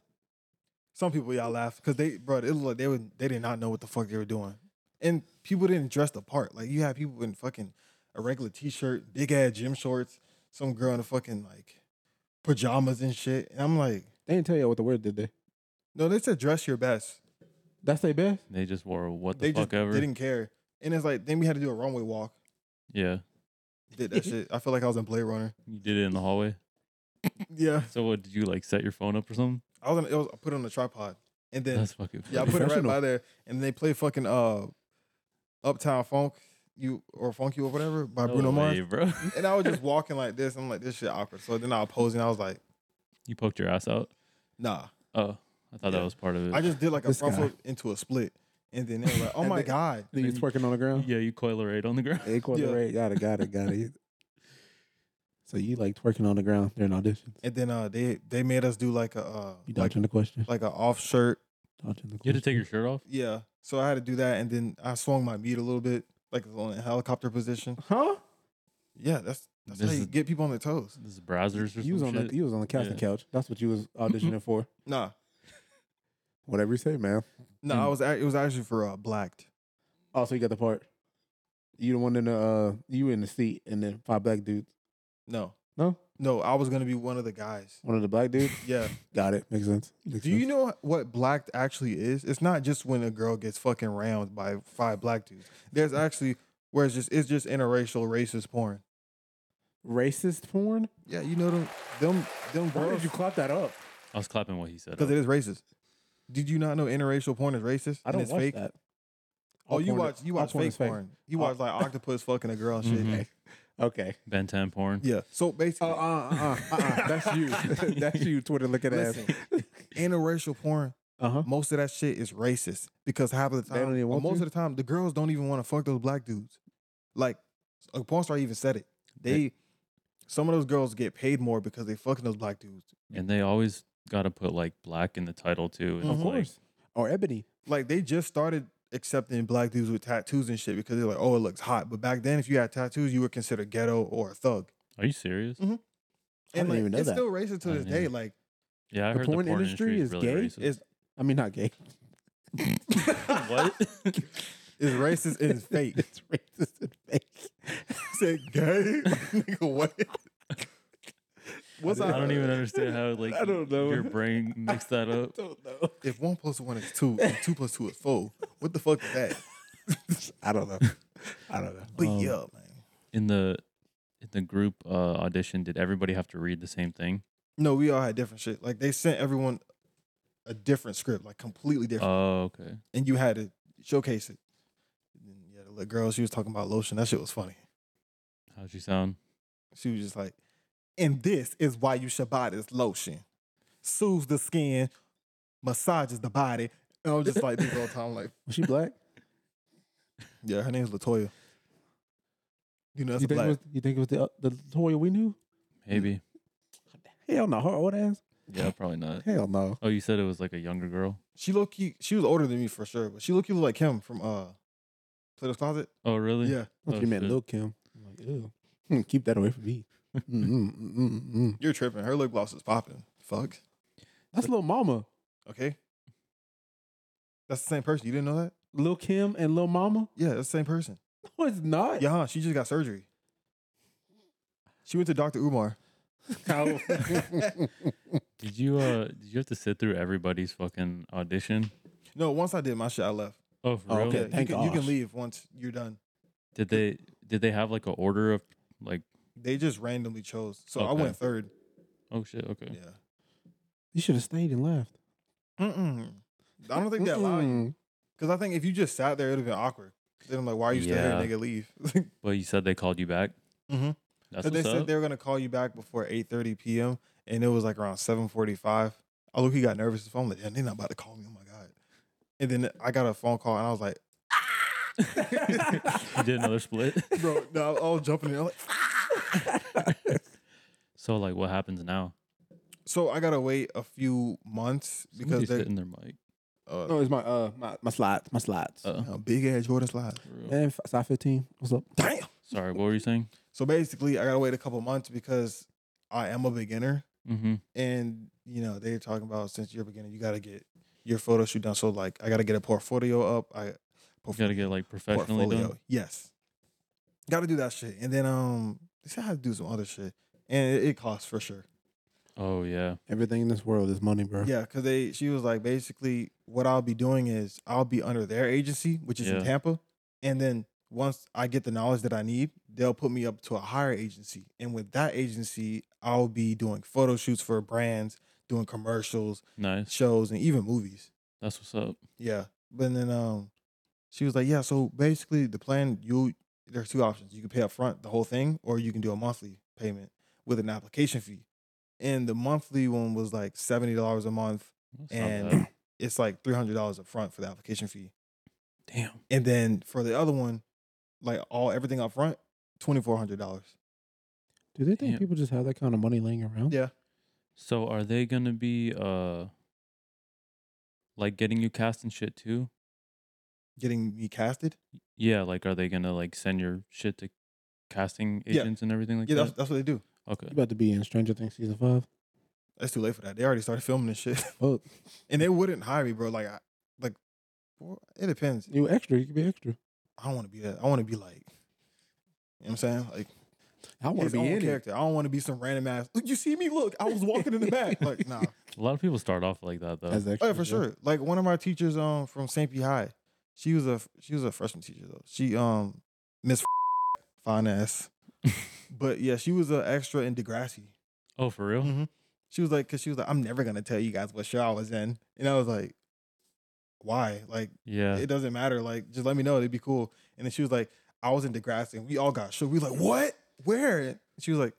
Speaker 4: Some people y'all laughed because they, bro, it looked like they, would, they did not know what the fuck they were doing. And people didn't dress the part. Like you have people in fucking a regular t-shirt, big ass gym shorts, some girl in a fucking like pajamas and shit. And I'm like,
Speaker 2: They didn't tell you what the word did they?
Speaker 4: no, they said dress your best.
Speaker 2: That's their best.
Speaker 1: They just wore a what the
Speaker 4: they
Speaker 1: fuck
Speaker 4: just
Speaker 1: ever.
Speaker 4: didn't care. And it's like then we had to do a runway walk.
Speaker 1: Yeah,
Speaker 4: Did that shit. I feel like I was in Blade Runner.
Speaker 1: you did it in the hallway.
Speaker 4: Yeah,
Speaker 1: So what did you like set your phone up or something?
Speaker 4: I was. On, it was I put it on a tripod, and then
Speaker 1: That's fucking.
Speaker 4: yeah, I put it right
Speaker 2: Professional.
Speaker 4: by there, and they play fucking uh, Uptown Funk, you or Funky or whatever by
Speaker 1: No
Speaker 4: Bruno Mars.
Speaker 1: way, bro.
Speaker 4: And I was just walking like this. I'm like, this shit awkward. So then I was posing. I was like,
Speaker 1: you poked your ass out.
Speaker 4: nah.
Speaker 1: Oh, I thought
Speaker 4: Yeah.
Speaker 1: that was part of it.
Speaker 4: I just did like a
Speaker 2: This
Speaker 4: front
Speaker 2: guy.
Speaker 4: flip into a split. And then they were like, oh
Speaker 2: And
Speaker 4: my
Speaker 2: they-
Speaker 4: God.
Speaker 2: Then you
Speaker 1: Then you-
Speaker 2: twerking on the ground.
Speaker 1: yeah, you coil right on the ground.
Speaker 2: Equal
Speaker 4: Yeah.
Speaker 2: the rate. Got it. Got it. Got it. So you like twerking on the ground during auditions?
Speaker 4: And then uh, they they made us do like a uh,
Speaker 2: You
Speaker 4: like,
Speaker 2: dodging the question.
Speaker 4: like a off shirt.
Speaker 2: Dodging the question.
Speaker 1: You had to take your shirt off.
Speaker 4: Yeah. So I had to do that. And then I swung my meat a little bit, like on a helicopter position.
Speaker 2: Huh?
Speaker 4: Yeah, that's that's how
Speaker 1: This
Speaker 4: you
Speaker 1: is-
Speaker 4: get people on their toes.
Speaker 1: This is browsers or
Speaker 2: You was on
Speaker 1: something.
Speaker 2: the you was on the casting
Speaker 1: Yeah.
Speaker 2: couch. That's what you was auditioning for.
Speaker 4: Nah,
Speaker 2: Whatever you say, man.
Speaker 4: no,
Speaker 2: Hmm.
Speaker 4: I
Speaker 1: Mm.
Speaker 4: was act- it was actually for uh, blacked.
Speaker 2: Also, you got the part. You the one in the uh, you in the seat, and then five black dudes.
Speaker 4: No,
Speaker 2: No,
Speaker 4: no, I was gonna be one of the guys.
Speaker 2: one of the black dudes.
Speaker 4: Yeah.
Speaker 2: Got it. Makes sense. Makes
Speaker 4: Do you know what blacked actually is? It's not just when a girl gets fucking rammed by five black dudes. There's actually where it's just it's just interracial racist porn.
Speaker 2: racist porn?
Speaker 4: Yeah, you know them them them
Speaker 2: Why
Speaker 4: girls
Speaker 2: did you clap that up?
Speaker 1: I was clapping what he said.
Speaker 4: because it is racist. Did you not know interracial porn is racist?
Speaker 2: I don't
Speaker 4: and it's
Speaker 2: watch
Speaker 4: fake?
Speaker 2: that.
Speaker 4: Oh,
Speaker 2: All
Speaker 4: you
Speaker 2: porn-
Speaker 4: watch you
Speaker 2: all
Speaker 4: watch fake
Speaker 2: is fake.
Speaker 4: porn. You
Speaker 2: All- Mm-hmm.
Speaker 4: watch like octopus fucking a girl and shit.
Speaker 1: Mhm.
Speaker 2: Okay. Okay.
Speaker 1: Ben 10 porn.
Speaker 4: Yeah. So
Speaker 2: Uh,
Speaker 4: basically,
Speaker 2: uh, uh, uh, uh, that's you. that's you, Twitter looking ass.
Speaker 4: Listen. interracial porn,
Speaker 2: Uh huh.
Speaker 4: most of that shit is racist because half of the
Speaker 2: They
Speaker 4: time,
Speaker 2: don't even
Speaker 4: or
Speaker 2: want
Speaker 4: most
Speaker 2: to?
Speaker 4: of the time, the girls don't even want to fuck those black dudes. Like a porn star even said it. They,
Speaker 1: They-
Speaker 4: some of those girls get paid more because they fucking those black dudes.
Speaker 1: And they always got to put like black in the title too. And
Speaker 4: Of
Speaker 1: it's like,
Speaker 2: Or ebony.
Speaker 4: Like they just started accepting black dudes with tattoos and shit because they're like, oh, it looks hot. But back then, if you had tattoos, you were considered ghetto or a thug.
Speaker 1: are you serious?
Speaker 2: I
Speaker 4: And
Speaker 2: didn't
Speaker 4: like,
Speaker 2: even know
Speaker 4: it's
Speaker 2: that.
Speaker 4: still racist to
Speaker 1: I
Speaker 4: this
Speaker 1: didn't
Speaker 4: day.
Speaker 1: either.
Speaker 4: Like
Speaker 1: Yeah, I
Speaker 2: The
Speaker 1: heard
Speaker 2: porn
Speaker 1: the porn
Speaker 2: industry
Speaker 1: industry,
Speaker 2: is
Speaker 1: really
Speaker 2: gay?
Speaker 1: Racist.
Speaker 4: it's
Speaker 2: I mean, not gay.
Speaker 1: what?
Speaker 4: it's racist and it's fake.
Speaker 2: it's racist and fake.
Speaker 4: said gay. Like, nigga, what? What's
Speaker 1: I
Speaker 4: up?
Speaker 1: don't even understand how like
Speaker 2: I don't know.
Speaker 1: your brain mixed that up.
Speaker 2: don't know.
Speaker 4: If one plus one is two, and two plus two is four, what the fuck is that?
Speaker 2: I don't know. I don't know.
Speaker 4: But
Speaker 1: Um,
Speaker 4: yeah, man.
Speaker 1: In the in the group uh, audition, did everybody have to read the same thing?
Speaker 4: No, we all had different shit. Like they sent everyone a different script, like completely different,
Speaker 1: Oh, okay.
Speaker 4: and you had to showcase it. And then, yeah, the little girl, she was talking about lotion. That shit was funny.
Speaker 1: How'd you sound?
Speaker 4: She was just like, "And this is why you should buy this lotion. Soothes the skin, massages the body." And I was just like, this whole time, like,
Speaker 2: Was she black?
Speaker 4: yeah, her name's Latoya. You know, that's
Speaker 2: you,
Speaker 4: a
Speaker 2: think it
Speaker 4: black.
Speaker 2: was, you think it was the uh, the Toya we knew? Mm.
Speaker 1: Maybe.
Speaker 2: Hell no. Her old ass.
Speaker 1: Yeah, probably not.
Speaker 2: Hell no.
Speaker 1: Oh, you said it was like a younger girl.
Speaker 4: She low key, she was older than me for sure, but she looked like him from uh Plato's Closet.
Speaker 1: Oh, really?
Speaker 4: Yeah.
Speaker 2: What
Speaker 1: Oh,
Speaker 2: you meant,
Speaker 1: shit.
Speaker 2: Lil Kim? I'm like, ew. Hmm, Keep that away from me. Mm-mm, mm-mm, mm.
Speaker 4: You're tripping. Her lip gloss is popping. Fuck.
Speaker 2: That's Lil Mama.
Speaker 4: Okay. That's the same person. You didn't know that?
Speaker 2: Lil Kim and Lil Mama?
Speaker 4: Yeah, that's the same person.
Speaker 2: No, it's not.
Speaker 4: Yeah, huh, she just got surgery. She went to Dr. Umar.
Speaker 2: How-
Speaker 1: Did you uh did you have to sit through everybody's fucking audition?
Speaker 4: No, once I did my shit, I left.
Speaker 1: Oh, for
Speaker 2: Oh,
Speaker 1: real?
Speaker 2: okay.
Speaker 4: Yeah,
Speaker 2: thank
Speaker 4: you, can, you
Speaker 2: gosh.
Speaker 4: can leave once you're done.
Speaker 1: Did they did they have like a order of like
Speaker 4: They just randomly chose. So I
Speaker 1: Okay.
Speaker 4: went third.
Speaker 1: oh shit, okay.
Speaker 2: Mm.
Speaker 4: Yeah.
Speaker 2: you should have stayed and left.
Speaker 4: Mm-mm. I don't think they allow you.
Speaker 2: Mm-mm.
Speaker 4: Because I think if you just sat there, it would have been awkward. Then I'm like, why are you
Speaker 1: Yeah.
Speaker 4: standing there, nigga? Leave.
Speaker 1: Well, you said they called you back.
Speaker 4: mm-hmm.
Speaker 1: That's what's
Speaker 4: So they said
Speaker 1: up.
Speaker 4: they were gonna call you back before 8:30 p.m. and it was like around 7:45. Oh, look, he got nervous. So I'm like, damn, they're not about to call me. Oh my god! And then I got a phone call and I was like,
Speaker 1: you did another split.
Speaker 4: bro, no, I I was jumping in. I'm like,
Speaker 1: so like, what happens now?
Speaker 4: so I gotta wait a few months because
Speaker 1: Somebody's
Speaker 4: they're
Speaker 1: hitting their mic.
Speaker 4: uh,
Speaker 2: No, it's my uh my, my slides. My slides.
Speaker 1: Uh,
Speaker 4: uh, big ass Jordan slides.
Speaker 1: for real.
Speaker 2: Man, f- side 15. What's up?
Speaker 4: Damn.
Speaker 1: Sorry, what were you saying?
Speaker 4: So basically, I gotta wait a couple months because I am a beginner
Speaker 1: Mm-hmm.
Speaker 4: and you know they're talking about since you're a beginner, you gotta get your photo shoot done. So like, I gotta get a portfolio up. I
Speaker 1: You gotta get like professionally done.
Speaker 4: Yes. Got to do that shit, and then um, they said I had to do some other shit, and it, it costs for sure.
Speaker 1: Oh yeah.
Speaker 2: Everything in this world is money, bro.
Speaker 4: Yeah, because they she was like basically what I'll be doing is I'll be under their agency, which is
Speaker 1: Yeah.
Speaker 4: in Tampa, and then once I get the knowledge that I need, they'll put me up to a higher agency, and with that agency, I'll be doing photo shoots for brands, doing commercials,
Speaker 1: Nice.
Speaker 4: shows, and even movies.
Speaker 1: That's what's up.
Speaker 4: Yeah. But then um she was like, Yeah, so basically the plan you there are two options. You can pay up front the whole thing, or you can do a monthly payment with an application fee. And the monthly one was like seventy dollars a month.
Speaker 1: That's not
Speaker 4: And
Speaker 1: bad.
Speaker 4: it's like three hundred dollars up front for the application fee.
Speaker 1: damn.
Speaker 4: And then for the other one, like all everything up front, twenty four hundred dollars.
Speaker 2: Do they think
Speaker 1: Damn.
Speaker 2: people just have that kind of money laying around?
Speaker 4: Yeah.
Speaker 1: So are they gonna be uh like getting you cast and shit too?
Speaker 4: Getting me casted.
Speaker 1: Yeah, like are they gonna like send your shit to casting
Speaker 4: Yeah.
Speaker 1: agents and everything like
Speaker 4: Yeah, that's,
Speaker 1: that?
Speaker 4: that's what they do.
Speaker 1: Okay.
Speaker 2: You about to be in Stranger Things season five?
Speaker 4: That's too late for that. They already started filming this shit.
Speaker 2: Oh,
Speaker 4: And they wouldn't hire me, bro. Like I like well, it depends.
Speaker 2: you extra. You could be extra.
Speaker 4: I don't want to be that. I want to be like, you know what I'm saying? Like,
Speaker 2: I want
Speaker 4: his
Speaker 2: to be
Speaker 4: own
Speaker 2: in it.
Speaker 4: character. I don't want to be some random ass. Look, you see me? Look, I was walking in the back. Like, nah.
Speaker 1: A lot of people start off like that though.
Speaker 2: As
Speaker 4: Oh,
Speaker 2: extra,
Speaker 4: yeah, for sure. Like one of my teachers, um, from St. P. High, she was a she was a freshman teacher though. She um, Miss fine ass, but yeah, she was an extra in Degrassi.
Speaker 1: oh, for real?
Speaker 4: Mhm. She was like, cause she was like, I'm never gonna tell you guys what show I was in, and I was like, why? Like,
Speaker 1: Yeah.
Speaker 4: it doesn't matter. Like, just let me know. It'd be cool. And then she was like, I was in Degrassi and we all got shook. We like, what? Where? And she was like,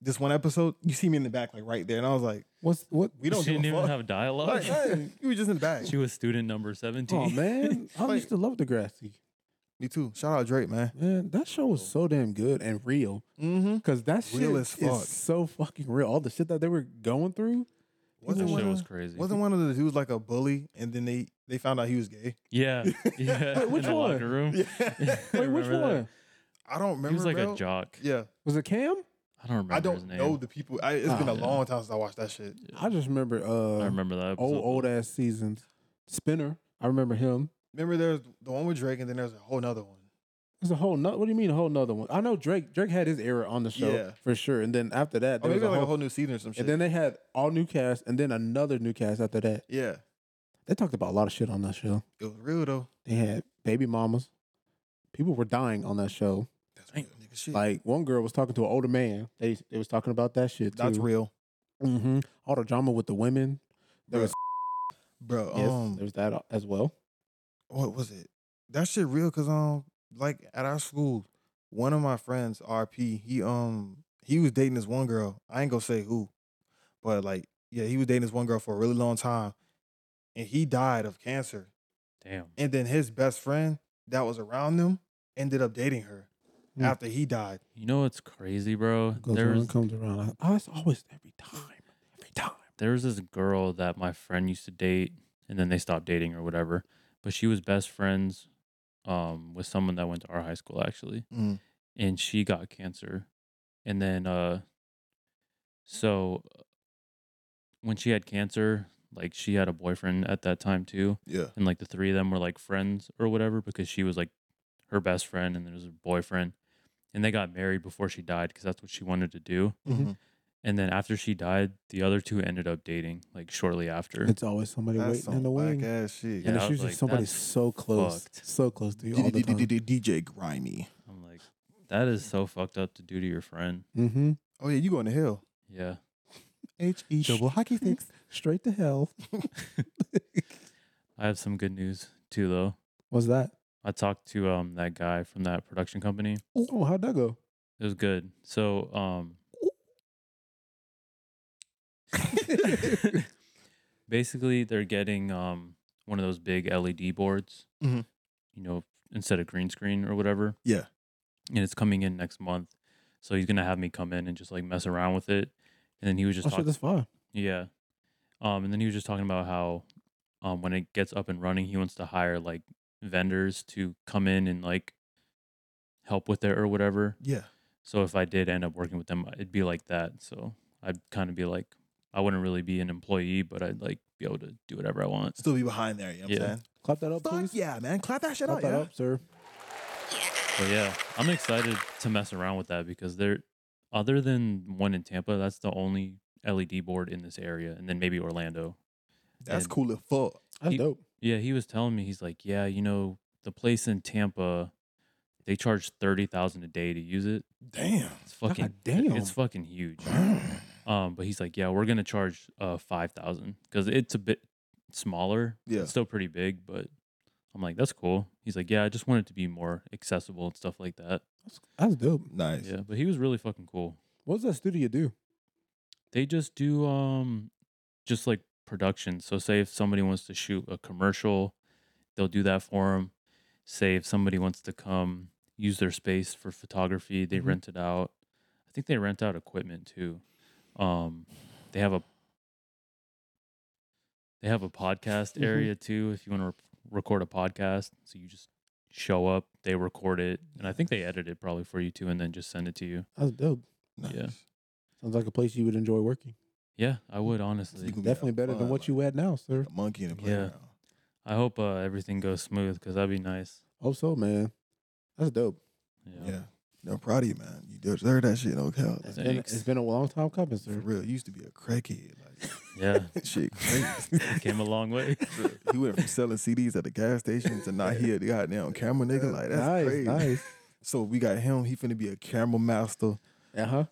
Speaker 4: this one episode, you see me in the back, like right there. And I was like,
Speaker 2: What's what?
Speaker 4: we don't
Speaker 1: she
Speaker 4: give
Speaker 1: didn't
Speaker 4: a
Speaker 1: even
Speaker 4: fuck.
Speaker 1: have dialogue.
Speaker 4: Like, hey, you were just in the back.
Speaker 1: she was student number seventeen.
Speaker 2: Oh man, I
Speaker 4: Like-
Speaker 2: used to love Degrassi.
Speaker 4: Me too. Shout out Drake, man.
Speaker 2: Man, that show was so damn good and real.
Speaker 4: Mm-hmm.
Speaker 2: Cause that shit
Speaker 4: Real as
Speaker 2: is
Speaker 4: fuck.
Speaker 2: so fucking real. All the shit that they were going through.
Speaker 1: that
Speaker 4: Wasn't
Speaker 1: shit
Speaker 4: one,
Speaker 1: was
Speaker 4: of,
Speaker 1: crazy.
Speaker 4: wasn't one of the dudes like a bully and then they they found out he was gay?
Speaker 1: yeah. Yeah.
Speaker 2: Wait,
Speaker 1: in
Speaker 2: which
Speaker 1: the
Speaker 2: one?
Speaker 1: locker room.
Speaker 4: Yeah.
Speaker 2: Wait, which
Speaker 1: Remember that?
Speaker 2: one?
Speaker 4: I don't remember.
Speaker 1: He was like
Speaker 4: bro.
Speaker 1: a jock.
Speaker 4: Yeah.
Speaker 2: Was it Cam?
Speaker 1: I don't remember
Speaker 4: I
Speaker 1: his
Speaker 4: don't
Speaker 1: name.
Speaker 4: know the people. I, it's been
Speaker 2: Oh,
Speaker 4: a
Speaker 1: yeah.
Speaker 4: long time since I watched that shit.
Speaker 2: I just remember uh
Speaker 1: I remember that. Episode.
Speaker 2: old old
Speaker 1: though.
Speaker 2: ass seasons. Spinner. I remember him.
Speaker 4: Remember there's the one with Drake and then there's a whole nother one.
Speaker 2: There's a whole nother what do you mean a whole nother one? I know Drake Drake had his era on the show
Speaker 4: Yeah.
Speaker 2: for sure. And then after that
Speaker 4: Oh,
Speaker 2: there
Speaker 4: maybe
Speaker 2: was a
Speaker 4: like
Speaker 2: whole,
Speaker 4: a whole new season or some shit.
Speaker 2: and then they had all new cast and then another new cast after that.
Speaker 4: yeah.
Speaker 2: They talked about a lot of shit on that show.
Speaker 4: It was real though.
Speaker 2: They had baby mamas. People were dying on that show.
Speaker 4: That's real nigga shit.
Speaker 2: Like one girl was talking to an older man. They they was talking about that shit too.
Speaker 4: That's real,
Speaker 2: Mm-hmm. All the drama with the women. There
Speaker 4: Bruh,
Speaker 2: was
Speaker 4: bro.
Speaker 2: yes,
Speaker 4: Um,
Speaker 2: there was that as well.
Speaker 4: what was it? That shit real, cause um, like at our school, one of my friends, RP, he um, he was dating this one girl. I ain't gonna say who, but like, yeah, he was dating this one girl for a really long time, and he died of cancer.
Speaker 1: Damn.
Speaker 4: And then his best friend that was around them ended up dating her
Speaker 2: Hmm.
Speaker 4: after he died.
Speaker 1: You know what's crazy, bro?
Speaker 2: Goes
Speaker 1: There was
Speaker 2: around, comes around. I, I was always every time, every time.
Speaker 1: there was this girl that my friend used to date and then they stopped dating or whatever but she was best friends um, with someone that went to our high school actually
Speaker 4: Mm.
Speaker 1: and she got cancer and then uh so uh, when she had cancer like she had a boyfriend at that time too
Speaker 4: Yeah,
Speaker 1: and like the three of them were like friends or whatever because she was like her best friend and there was a boyfriend and they got married before she died because that's what she wanted to do
Speaker 2: Mm-hmm.
Speaker 4: Mhm.
Speaker 1: and then after she died, the other two ended up dating like shortly after.
Speaker 2: It's always somebody
Speaker 4: that's
Speaker 2: waiting in
Speaker 4: some
Speaker 2: the
Speaker 4: whack
Speaker 2: wing,
Speaker 4: ass shit.
Speaker 1: Yeah,
Speaker 2: and
Speaker 1: I
Speaker 2: it's
Speaker 1: was
Speaker 2: usually
Speaker 1: like,
Speaker 2: somebody
Speaker 1: that's
Speaker 2: so close,
Speaker 1: fucked.
Speaker 2: so close to you all the time.
Speaker 4: DJ Grimy.
Speaker 1: I'm like, that is so fucked up to do to your friend.
Speaker 2: Mm-hmm.
Speaker 4: Oh yeah, you going to hell?
Speaker 1: Yeah.
Speaker 4: H E double hockey sticks.
Speaker 2: Straight to hell.
Speaker 1: I have some good news too, though.
Speaker 2: What's that?
Speaker 1: I talked to um that guy from that production company.
Speaker 2: Oh, how'd that go?
Speaker 1: It was good. So um,
Speaker 2: Oh,
Speaker 1: basically they're getting um one of those big LED boards,
Speaker 2: Mm-hmm.
Speaker 4: Mhm.
Speaker 1: you know, instead of green screen or whatever.
Speaker 4: Yeah.
Speaker 1: And it's coming in next month, so he's gonna have me come in and just like mess around with it. And then he was just
Speaker 2: oh
Speaker 1: talking.
Speaker 2: shit, that's fire.
Speaker 1: Yeah. Um, and then he was just talking about how um when it gets up and running, he wants to hire like vendors to come in and like help with it or whatever.
Speaker 4: Yeah.
Speaker 1: So if I did end up working with them, it'd be like that. So I'd kind of be like, I wouldn't really be an employee, but I'd like be able to do whatever I want.
Speaker 4: Still be behind there, you know what
Speaker 1: Yeah.
Speaker 4: I'm saying?
Speaker 2: Clap that up,
Speaker 4: Fuck
Speaker 2: please.
Speaker 4: yeah, man. Clap that shit
Speaker 2: Clap
Speaker 4: up,
Speaker 2: that
Speaker 4: yeah.
Speaker 2: up, sir.
Speaker 1: But yeah, I'm excited to mess around with that because there, other than one in Tampa, that's the only LED board in this area, and then maybe Orlando.
Speaker 4: That's
Speaker 1: And-
Speaker 4: cool as fuck.
Speaker 2: That's
Speaker 1: He-
Speaker 2: dope.
Speaker 1: Yeah, he was telling me he's like, yeah, you know, the place in Tampa, they charge thirty thousand a day to use it.
Speaker 4: Damn.
Speaker 1: It's fucking
Speaker 2: damn.
Speaker 1: It's fucking huge. Um, but he's like, yeah, we're gonna charge uh five thousand because it's a bit smaller.
Speaker 4: Yeah.
Speaker 1: it's still pretty big, but I'm like, that's cool. He's like, yeah, I just want it to be more accessible and stuff like that.
Speaker 2: That's, that's dope.
Speaker 4: Nice.
Speaker 1: Yeah, but he was really fucking cool.
Speaker 2: What does that studio do?
Speaker 1: They just do um, just like production. So say if somebody wants to shoot a commercial, they'll do that for them. Say if somebody wants to come use their space for photography, they
Speaker 2: Mhm.
Speaker 1: rent it out. I think they rent out equipment too. Um, they have a they have a podcast
Speaker 2: Mhm.
Speaker 1: area too. If you want to record a podcast, so you just show up, they record it, and I think they edit it probably for you too, and then just send it to you.
Speaker 2: That's dope.
Speaker 4: Nice.
Speaker 1: Yeah.
Speaker 2: Sounds like a place you would enjoy working.
Speaker 1: Yeah, I would honestly.
Speaker 4: You can be
Speaker 2: Definitely
Speaker 4: out
Speaker 2: better than
Speaker 4: fun,
Speaker 2: what
Speaker 4: like
Speaker 2: you at now, sir.
Speaker 4: A monkey in a
Speaker 1: Yeah.
Speaker 4: playground.
Speaker 1: I hope uh, everything goes smooth because that'd be nice.
Speaker 2: Hope so, man. That's dope.
Speaker 4: Yeah. I'm proud of you, man. You deserve that shit, no cap. Like,
Speaker 2: It's been,
Speaker 1: Thanks.
Speaker 2: it's been a long time coming,
Speaker 4: for
Speaker 2: sir.
Speaker 4: real. You used to be a crackhead. Like
Speaker 1: Yeah.
Speaker 4: shit crazy.
Speaker 1: Came a long way.
Speaker 4: He went from selling CDs at the gas station to not here. They got now camera nigga. Like that's
Speaker 2: nice,
Speaker 4: crazy.
Speaker 2: nice.
Speaker 4: So we got him. He finna be a camera master,
Speaker 2: Uh huh.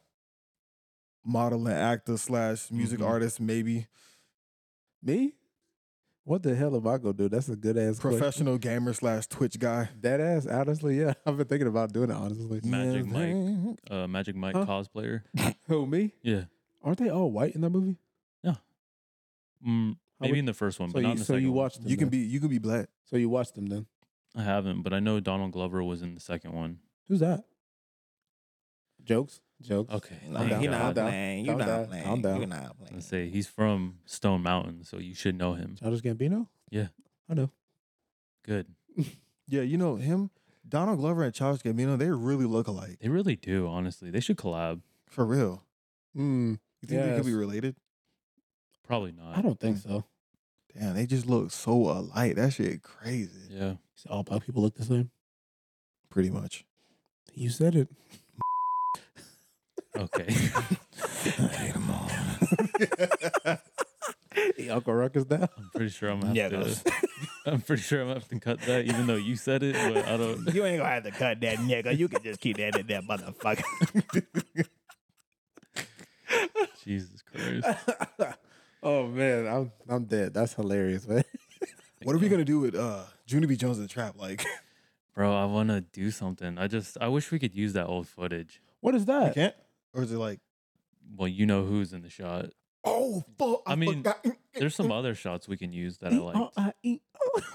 Speaker 4: model and actor slash music
Speaker 1: Mhm.
Speaker 4: artist, maybe
Speaker 2: Me? What the hell am I gonna do? That's a good ass question.
Speaker 4: professional gamer slash Twitch guy.
Speaker 2: That ass, honestly, yeah. I've been thinking about doing it, honestly.
Speaker 1: Magic
Speaker 4: Mike.
Speaker 1: Uh, Magic Mike
Speaker 2: Huh?
Speaker 1: cosplayer.
Speaker 2: Who me?
Speaker 1: Yeah.
Speaker 2: Aren't they all white in that movie?
Speaker 1: Mm,
Speaker 2: How
Speaker 1: maybe
Speaker 2: would-
Speaker 1: in the first one,
Speaker 2: so
Speaker 1: but not
Speaker 2: you,
Speaker 1: in the
Speaker 2: so
Speaker 1: second
Speaker 2: you
Speaker 1: one.
Speaker 2: watched them.
Speaker 4: You can
Speaker 2: then.
Speaker 4: be you can be black.
Speaker 2: So you watched them then.
Speaker 1: I haven't, but I know Donald Glover was in the second one.
Speaker 2: Who's that? Jokes. Jokes.
Speaker 1: Okay.
Speaker 2: I'm
Speaker 1: thank
Speaker 2: down. He not
Speaker 1: God.
Speaker 2: down. You not playing. I'm down.
Speaker 4: not
Speaker 1: Let's say he's from Stone Mountain, so you should know him.
Speaker 2: Childish Gambino.
Speaker 1: Yeah.
Speaker 2: I know.
Speaker 1: Good.
Speaker 4: Yeah, you know him, Donald Glover and Charles Gambino. They really look alike
Speaker 1: They really do, honestly. They should collab.
Speaker 4: for real.
Speaker 2: Mm,
Speaker 4: You think they could be
Speaker 2: Yes.
Speaker 4: related?
Speaker 1: Probably not.
Speaker 2: I don't think so.
Speaker 4: Damn, they just look so alike. That shit crazy.
Speaker 1: Yeah.
Speaker 2: So All black people look the same.
Speaker 4: Pretty much.
Speaker 2: You said it.
Speaker 1: Okay.
Speaker 4: I hate them all.
Speaker 2: Uncle Ruckus now.
Speaker 1: I'm pretty sure I'm gonna have
Speaker 2: Niggas.
Speaker 1: to. I'm pretty sure I'm gonna have to cut that, even though you said it. But I don't.
Speaker 5: You ain't gonna have to cut that nigga. You can just keep that in there, motherfucker.
Speaker 1: Jesus Christ.
Speaker 2: oh man, I'm I'm dead. That's hilarious, man.
Speaker 4: what are we gonna do with uh Junie B. Jones and the Trap? Like
Speaker 1: Bro, I want to do something. I just, I wish we could use that old footage.
Speaker 2: What is
Speaker 4: you
Speaker 2: that?
Speaker 4: can't? Or is it like,
Speaker 1: Well, you know who's in the shot.
Speaker 4: oh fuck, I,
Speaker 1: I mean,
Speaker 4: forgot.
Speaker 1: There's some other shots we can use
Speaker 2: uh,
Speaker 1: that I like.
Speaker 2: E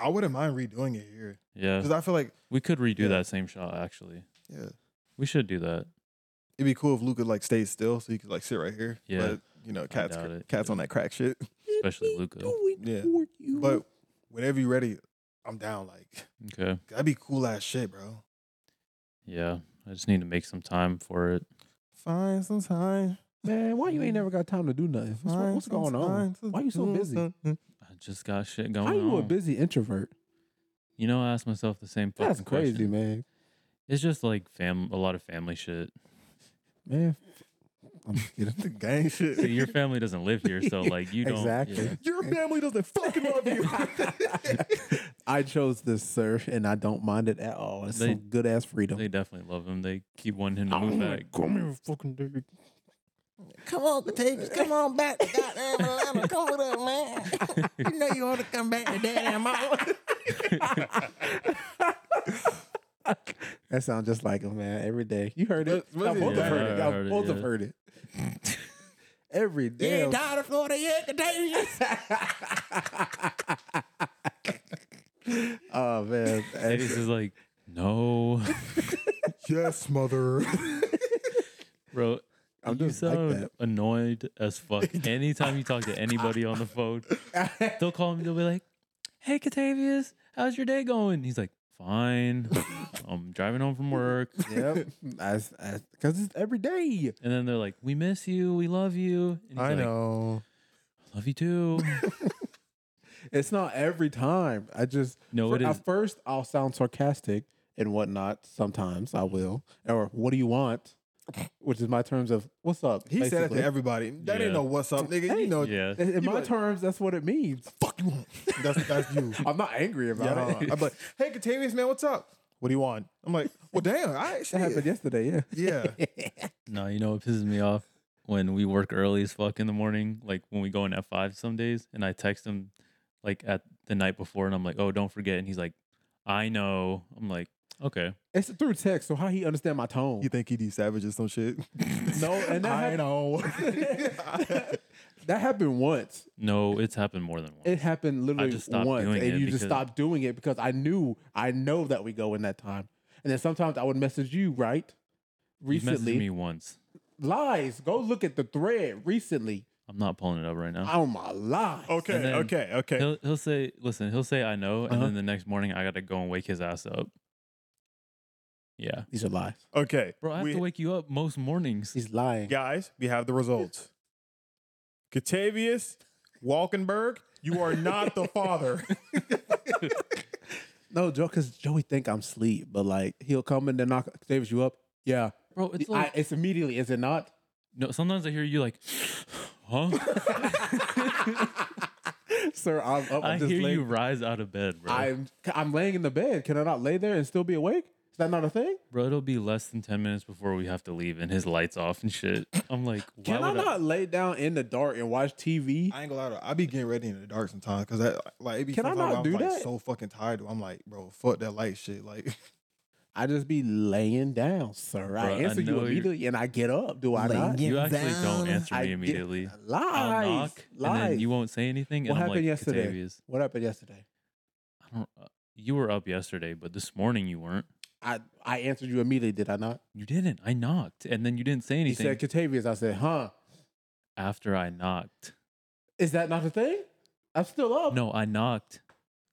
Speaker 4: I wouldn't mind redoing it here.
Speaker 1: Yeah.
Speaker 4: Because I feel like,
Speaker 1: We could redo
Speaker 4: Yeah.
Speaker 1: that same shot, actually.
Speaker 4: yeah.
Speaker 1: We should do that.
Speaker 4: It'd be cool if Luke could like stay still so he could like sit right here.
Speaker 1: Yeah.
Speaker 4: But you know, cats
Speaker 1: doubt it.
Speaker 4: cats on that crack shit.
Speaker 1: Especially Luca.
Speaker 4: Yeah.
Speaker 2: you.
Speaker 4: But whenever you're ready, I'm down. Like
Speaker 1: Okay.
Speaker 4: that'd be cool ass shit, bro.
Speaker 1: Yeah. I just need to make some time for it.
Speaker 4: Fine, sometimes.
Speaker 2: man, why
Speaker 4: Mm.
Speaker 2: you ain't never got time to do nothing? What's, wrong- what's going on? Why you so busy?
Speaker 1: I just got shit going
Speaker 2: How you a
Speaker 1: on.
Speaker 2: busy introvert?
Speaker 1: you know, I ask myself the same fucking
Speaker 2: That's crazy,
Speaker 1: question.
Speaker 2: man.
Speaker 1: It's just like fam, a lot of family shit.
Speaker 2: Man, I'm just kidding.
Speaker 4: The gang shit.
Speaker 1: See, your family doesn't live here, so like you don't.
Speaker 2: Exactly.
Speaker 1: yeah.
Speaker 4: Your family doesn't fucking love you.
Speaker 2: I chose this, sir, and I don't mind it at all. It's
Speaker 1: They-
Speaker 2: some good ass freedom.
Speaker 1: they definitely love him. They keep wanting him
Speaker 2: Oh
Speaker 1: to move back.
Speaker 2: Come here, fucking dude.
Speaker 3: Come on, potatoes. Come on back to goddamn Atlanta. Come with us, man. you know you want to come back to daddy and mama.
Speaker 2: That sounds just like him, man. Every day. You heard it.
Speaker 4: What- what
Speaker 2: Y'all both
Speaker 4: is it?
Speaker 2: have heard
Speaker 1: Yeah,
Speaker 2: it.
Speaker 1: I
Speaker 2: Y'all
Speaker 1: heard it,
Speaker 2: both
Speaker 1: yeah.
Speaker 2: have heard it. Every
Speaker 3: You
Speaker 2: day.
Speaker 3: ain't tired of Florida yet, Contagious?
Speaker 2: oh man.
Speaker 1: And he's just like, no,
Speaker 4: yes, mother.
Speaker 1: bro.
Speaker 2: I'm
Speaker 1: you
Speaker 2: just like
Speaker 1: sound
Speaker 2: that.
Speaker 1: annoyed as fuck. Anytime you talk to anybody on the phone, they'll call me. They'll be like, "Hey, Catavius, how's your day going?" He's like, "Fine. I'm driving home from work."
Speaker 2: yep. Because it's every day.
Speaker 1: And then they're like, "We miss you. We love you." And he's
Speaker 4: I
Speaker 1: like,
Speaker 4: know.
Speaker 1: Love you too.
Speaker 2: It's not every time. I just
Speaker 1: No,
Speaker 2: fir-
Speaker 1: it is.
Speaker 2: At first, I'll sound sarcastic and whatnot. Sometimes I will. Or what do you want? Which is my terms of what's up.
Speaker 4: He said it
Speaker 2: basically.
Speaker 4: to everybody. That
Speaker 1: Yeah.
Speaker 4: ain't no what's up, nigga. you know,
Speaker 1: Yeah.
Speaker 2: In- In
Speaker 4: You
Speaker 2: my
Speaker 4: like-
Speaker 2: terms, that's what it means.
Speaker 4: fuck you want. That's that's you.
Speaker 2: I'm not angry
Speaker 4: Yeah,
Speaker 2: about
Speaker 4: I don't
Speaker 2: it.
Speaker 4: know. I'm like, hey, Catavius, man, what's up? What do you want? I'm like, well, damn, I
Speaker 2: That happened yesterday. Yeah.
Speaker 4: Yeah,
Speaker 1: No, you know what pisses me off when we work early as fuck in the morning, like when we go in at five some days, and I text him like at the night before, and I'm like, "Oh, don't forget," and he's like, "I know." I'm like, "Okay."
Speaker 2: It's through text, so how he understand my tone?
Speaker 4: you think he de savage or some shit?
Speaker 2: No, and that
Speaker 4: I
Speaker 2: happened.
Speaker 4: know.
Speaker 2: That happened once.
Speaker 1: No, it's happened more than once.
Speaker 2: It happened literally
Speaker 1: just stopped
Speaker 2: once,
Speaker 1: doing
Speaker 2: and
Speaker 1: it
Speaker 2: you just
Speaker 1: because-
Speaker 2: stopped doing it because I knew I know that we go in that time. And then sometimes I would message you right
Speaker 1: You messaged
Speaker 2: recently.
Speaker 1: me once.
Speaker 2: Lies. Go look at the thread recently.
Speaker 1: I'm not pulling it up right now.
Speaker 2: Oh my lies.
Speaker 1: And then
Speaker 5: okay.
Speaker 1: He'll he'll say, "Listen," he'll say, "I know," and
Speaker 2: Uh-huh.
Speaker 1: then the next morning, I gotta go and wake his ass up. Yeah,
Speaker 2: These are lies.
Speaker 5: Okay.
Speaker 1: bro, I have
Speaker 5: we,
Speaker 1: to wake you up most mornings.
Speaker 2: He's lying.
Speaker 5: guys, we have the results.
Speaker 4: Catavius Walkenberg, you are not the father.
Speaker 2: No, Joe, because Joey think I'm asleep, but like he'll come and then knock Davis you up. Yeah,
Speaker 1: Bro, it's like
Speaker 2: I, it's immediately. Is it not?
Speaker 1: no. Sometimes I hear you like, huh?
Speaker 2: Sir, I'm up. I'm
Speaker 1: I
Speaker 2: just
Speaker 1: hear
Speaker 2: laying-
Speaker 1: you rise out of bed, bro.
Speaker 2: I'm I'm laying in the bed. Can I not lay there and still be awake? Is that not a thing?
Speaker 1: Bro, it'll be less than 10 minutes before we have to leave and his lights off and shit. I'm like, why
Speaker 2: Can I
Speaker 1: would
Speaker 2: not lay down in the dark and watch TV?
Speaker 4: I ain't gonna lie, though. I be getting ready in the dark sometimes because that like it be
Speaker 2: Can I
Speaker 4: sometimes
Speaker 2: not
Speaker 4: I'm
Speaker 2: do
Speaker 4: like
Speaker 2: that?
Speaker 4: so fucking tired. I'm like, bro, fuck that light shit. Like,
Speaker 2: I just be laying down, sir. I
Speaker 1: Bro, I know
Speaker 2: answer you
Speaker 1: you're-
Speaker 2: immediately and I get up. Do I
Speaker 3: Laying
Speaker 2: not?
Speaker 3: down.
Speaker 1: You actually
Speaker 3: down?
Speaker 1: don't answer
Speaker 2: I
Speaker 1: me
Speaker 2: get-
Speaker 1: immediately.
Speaker 2: Lies.
Speaker 1: I'll knock
Speaker 2: lies.
Speaker 1: and then you won't say anything.
Speaker 2: What
Speaker 1: and
Speaker 2: happened
Speaker 1: I'm like,
Speaker 2: yesterday?
Speaker 1: "Katavius,
Speaker 2: what happened yesterday?
Speaker 1: I don't, uh, you were up yesterday, but this morning you weren't.
Speaker 2: I, I answered you immediately, did I not?
Speaker 1: You didn't. I knocked and then you didn't say
Speaker 2: He
Speaker 1: anything
Speaker 2: said Catavius. I said, huh?
Speaker 1: after I knocked.
Speaker 2: Is that not a thing? I'm still up.
Speaker 1: No, I knocked,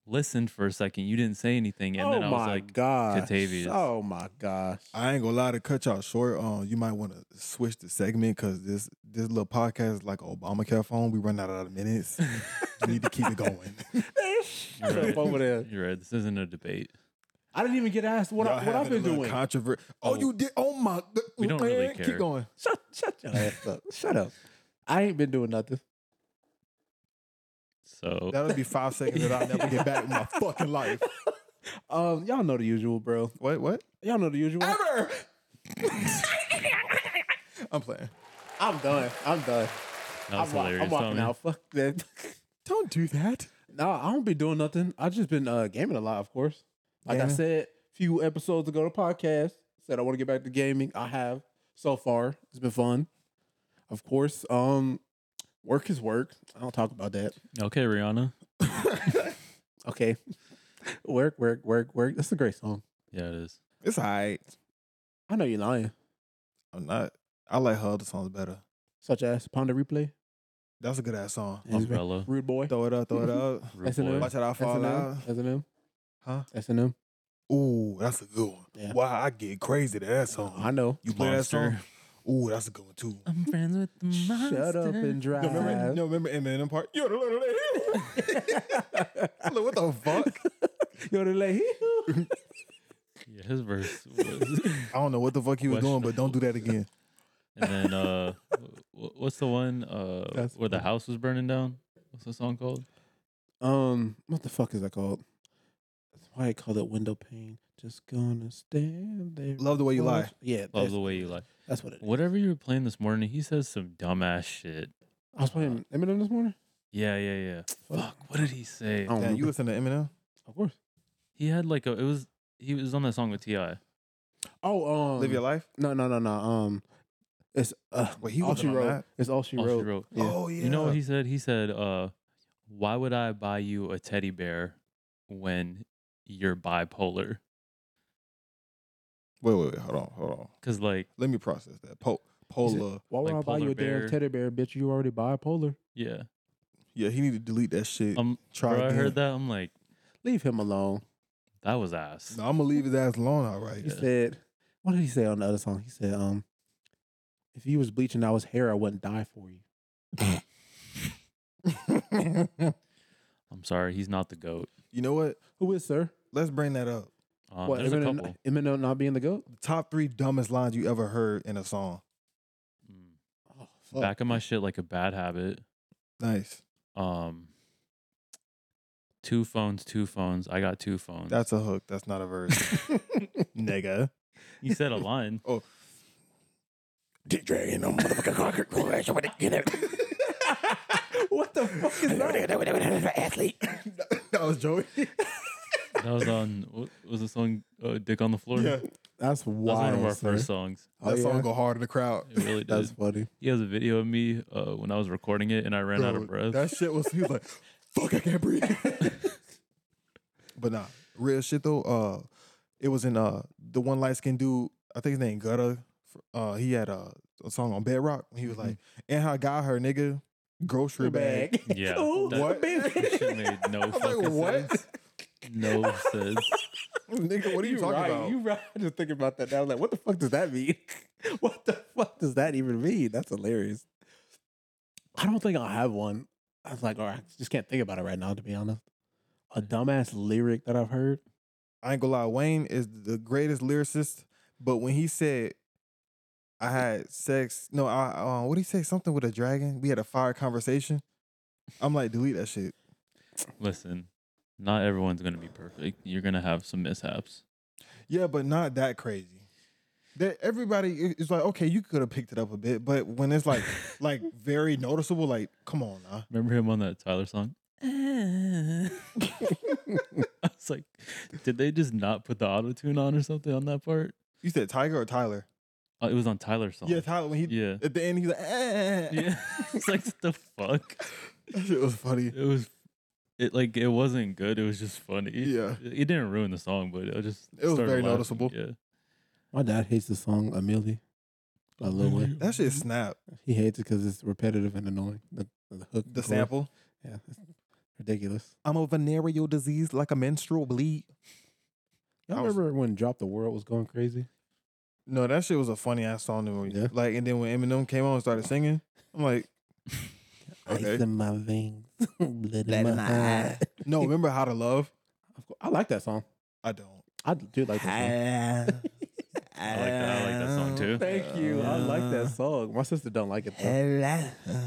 Speaker 1: listened for a second. You didn't say anything. And
Speaker 2: oh
Speaker 1: then I
Speaker 2: my
Speaker 1: was like,
Speaker 2: gosh.
Speaker 1: Katavius.
Speaker 2: Oh my gosh.
Speaker 4: I ain't gonna lie to cut y'all short. Um, you might want to switch the segment because this this little podcast is like an Obamacare phone. We run out of minutes. you need to keep it going.
Speaker 2: Shut
Speaker 1: Right.
Speaker 2: up over there.
Speaker 1: you're right. This isn't a debate.
Speaker 2: I didn't even get asked what, I,
Speaker 4: Y'all
Speaker 2: what I've
Speaker 4: having a
Speaker 2: been
Speaker 4: little
Speaker 2: doing.
Speaker 4: Controver- oh,
Speaker 2: Oh.
Speaker 4: you did. Oh my.
Speaker 1: We don't really
Speaker 4: Man, Keep
Speaker 1: care.
Speaker 4: going.
Speaker 2: shut, shut your ass up. Shut up. I ain't been doing nothing.
Speaker 1: So
Speaker 4: That'll be five seconds that I'll never get back in my fucking life.
Speaker 2: Um, y'all know the usual, bro.
Speaker 4: What? What?
Speaker 2: Y'all know the usual.
Speaker 4: Ever. I'm playing.
Speaker 2: I'm done. I'm done.
Speaker 1: that was
Speaker 2: I'm, wa- I'm
Speaker 1: hilarious.
Speaker 2: walking
Speaker 1: Tommy.
Speaker 2: out. Fuck that.
Speaker 4: Don't do that.
Speaker 2: nah, I don't be doing nothing. I just been uh gaming a lot, of course. Like I
Speaker 4: Gaming?
Speaker 2: said, few episodes ago, the podcast said I want to get back to gaming. I have so far. It's been fun. Of course, um, work is work. I don't talk about that.
Speaker 1: Okay, Rihanna.
Speaker 2: Okay, work, work, work, work. That's a great song.
Speaker 1: Yeah, it is.
Speaker 4: It's alright.
Speaker 2: I know you're lying.
Speaker 4: I'm not. I like her other songs better.
Speaker 2: Such as Ponder Replay,
Speaker 4: That's a good ass song.
Speaker 2: It's been-
Speaker 1: Umbrella.
Speaker 2: Rude Boy,
Speaker 4: Throw it up. Throw it up.
Speaker 1: Rude
Speaker 2: S&M.
Speaker 1: Boy.
Speaker 4: Watch it. I fall out.
Speaker 2: S&M, S&M,
Speaker 4: Huh?
Speaker 2: S&M.
Speaker 4: Ooh, that's a good one.
Speaker 2: Yeah.
Speaker 4: Wow, I get crazy to that song.
Speaker 2: I know.
Speaker 4: You play
Speaker 1: Monster.
Speaker 4: that song? Ooh, that's a good one too.
Speaker 1: I'm friends with the monster.
Speaker 2: Shut up and drive.
Speaker 4: No, remember, no, remember Eminem part? Yo, lo, lo, lo, lo. Look, what the fuck?
Speaker 2: Yo, they like,
Speaker 1: Yeah, his verse was.
Speaker 4: I don't know what the fuck he was doing, but don't do that again.
Speaker 1: and then uh, wh- wh- what's the one uh
Speaker 2: That's
Speaker 1: where the house was burning down? What's the song called?
Speaker 2: um, what the fuck is that called? That's why I call it window pane. Just gonna stand there.
Speaker 4: Love the way you
Speaker 2: Watch-
Speaker 4: lie.
Speaker 2: Yeah,
Speaker 1: Love
Speaker 2: that's,
Speaker 1: the way you like.
Speaker 2: that's what it is.
Speaker 1: Whatever you were playing this morning, he says some dumbass shit.
Speaker 2: I was playing Eminem this morning.
Speaker 1: Yeah, yeah, yeah. Fuck. What did he say?
Speaker 2: I don't
Speaker 4: Damn, you
Speaker 2: remember.
Speaker 4: listen to Eminem?
Speaker 2: of course.
Speaker 1: He had like a. It was. He was on that song with Ti.
Speaker 2: Oh, um,
Speaker 4: Live your life?
Speaker 2: No, no, no, no. Um, it's uh,
Speaker 4: Wait, he
Speaker 2: all
Speaker 4: wasn't
Speaker 2: she
Speaker 4: on
Speaker 2: wrote.
Speaker 4: that.
Speaker 2: It's all she
Speaker 1: All
Speaker 2: wrote.
Speaker 1: she wrote.
Speaker 2: Yeah.
Speaker 4: Oh yeah.
Speaker 1: You know what he said? He said, "Uh, why would I buy you a teddy bear when you're bipolar?
Speaker 4: Wait, wait, wait. Hold on, hold on.
Speaker 1: Because like,
Speaker 4: Let me process that.
Speaker 2: He
Speaker 4: Po-
Speaker 2: said,
Speaker 4: Polar.
Speaker 2: Why would
Speaker 1: Like
Speaker 2: I buy you
Speaker 1: polar
Speaker 2: a
Speaker 1: bear.
Speaker 2: damn teddy bear, bitch? You already bipolar.
Speaker 1: yeah.
Speaker 4: Yeah, he need to delete that shit.
Speaker 1: Um,
Speaker 4: Try
Speaker 1: bro, I
Speaker 4: again.
Speaker 1: heard that. I'm like,
Speaker 2: Leave him alone.
Speaker 1: that was ass.
Speaker 4: No, I'm gonna leave his ass alone. All right.
Speaker 2: He said, "What did he say on the other song?" He said, "Um, if you was bleaching I was hair, I wouldn't die for you."
Speaker 1: I'm sorry, he's not the goat.
Speaker 4: You know what?
Speaker 2: Who is sir?
Speaker 4: Let's bring that up.
Speaker 1: Um,
Speaker 2: what
Speaker 1: there's a
Speaker 2: Eminem,
Speaker 1: couple.
Speaker 2: Eminem not being the goat?
Speaker 4: The top three dumbest lines you ever heard in a song.
Speaker 1: Mm.
Speaker 2: Oh, fuck.
Speaker 1: Back of my shit like a bad habit.
Speaker 4: Nice.
Speaker 1: Um, two phones, two phones. I got two phones.
Speaker 4: That's a hook. That's not a verse. Nigga.
Speaker 1: he said a line.
Speaker 3: Dick dragging on motherfucking concrete floor. Somebody get
Speaker 2: what the fuck is that?
Speaker 3: it. Athlete.
Speaker 4: that was Joey.
Speaker 1: That was on. What was the song? Uh, Dick on the floor.
Speaker 4: Yeah.
Speaker 2: That's
Speaker 1: That was
Speaker 2: wild.
Speaker 1: one of our
Speaker 2: sir.
Speaker 1: first songs.
Speaker 2: Oh,
Speaker 4: that song
Speaker 2: yeah?
Speaker 4: go hard in the crowd.
Speaker 1: It really
Speaker 2: That's
Speaker 1: does.
Speaker 2: funty.
Speaker 1: He has a video of me uh, when I was recording it, and I ran out of
Speaker 4: Bro,
Speaker 1: breath.
Speaker 4: That shit was he was like, fuck, I can't breathe. but nah, real shit though. Uh, it was in uh the one light skinned dude. I think his name Gutta. Uh, he had a, a song on Bedrock. He was like, and how I got her nigga grocery bag.
Speaker 1: yeah.
Speaker 2: Ooh,
Speaker 1: that,
Speaker 4: what?
Speaker 1: that shit made no
Speaker 4: I was
Speaker 1: fucking sense.
Speaker 4: like, what?
Speaker 1: No sense.
Speaker 4: nigga, what are you, talking
Speaker 2: right.
Speaker 4: about?
Speaker 2: You right. I just thinking about that. Now I was like, what the fuck does that mean? what the fuck does that even mean? That's hilarious. I don't think I'll have one. I was like, all right, I just can't think about it right now, to be honest. A dumbass lyric that I've heard.
Speaker 4: I ain't gonna lie, Wayne is the greatest lyricist. But when he said, "I had sex," no, I uh, what did he say? Something with a dragon. We had a fire conversation. I'm like, delete that shit.
Speaker 1: Listen, not everyone's gonna be perfect. You're gonna have some mishaps.
Speaker 4: Yeah, but not that crazy. That everybody is like, okay, you could have picked it up a bit, but when it's like, like very noticeable, like, come on, nah.
Speaker 1: Remember him on that Tyler song? I was like, did they just not put the auto tune on or something on that part?
Speaker 4: You said Tiger or Tyler?
Speaker 1: Oh, it was on Tyler's song.
Speaker 4: Yeah, Tyler. When he
Speaker 1: yeah.
Speaker 4: at the end, he's like, eh.
Speaker 1: Yeah. it's like the fuck.
Speaker 4: that shit was funny.
Speaker 1: It was. It like it wasn't good. It was just funny.
Speaker 4: Yeah.
Speaker 1: It, it didn't ruin the song, but it just
Speaker 4: It was
Speaker 1: started
Speaker 4: very
Speaker 1: laughing.
Speaker 4: noticeable.
Speaker 1: Yeah.
Speaker 2: My dad hates the song Amelie by Lil Wayne.
Speaker 4: That shit snap.
Speaker 2: He hates it because it's repetitive and annoying. The, the hook,
Speaker 4: The
Speaker 2: chorus.
Speaker 4: sample.
Speaker 2: Yeah, it's ridiculous.
Speaker 4: I'm a venereal disease like a menstrual bleed.
Speaker 2: Y'all
Speaker 4: I was-
Speaker 2: remember when Drop the World was going crazy?
Speaker 4: No, that shit was a funny ass song to me.
Speaker 2: Yeah.
Speaker 4: Like, and then when Eminem came on and started singing, I'm like,
Speaker 3: Ice
Speaker 4: okay.
Speaker 3: in my veins. Blood
Speaker 2: Blood
Speaker 3: in
Speaker 2: in
Speaker 3: my
Speaker 2: my
Speaker 3: eye.
Speaker 4: no, remember How to Love?
Speaker 2: Of course, I like that song.
Speaker 4: I don't.
Speaker 2: I do like that song.
Speaker 3: I
Speaker 1: I like that. I like that song too.
Speaker 4: Oh.
Speaker 2: Thank you. I like that song. My sister don't like it though.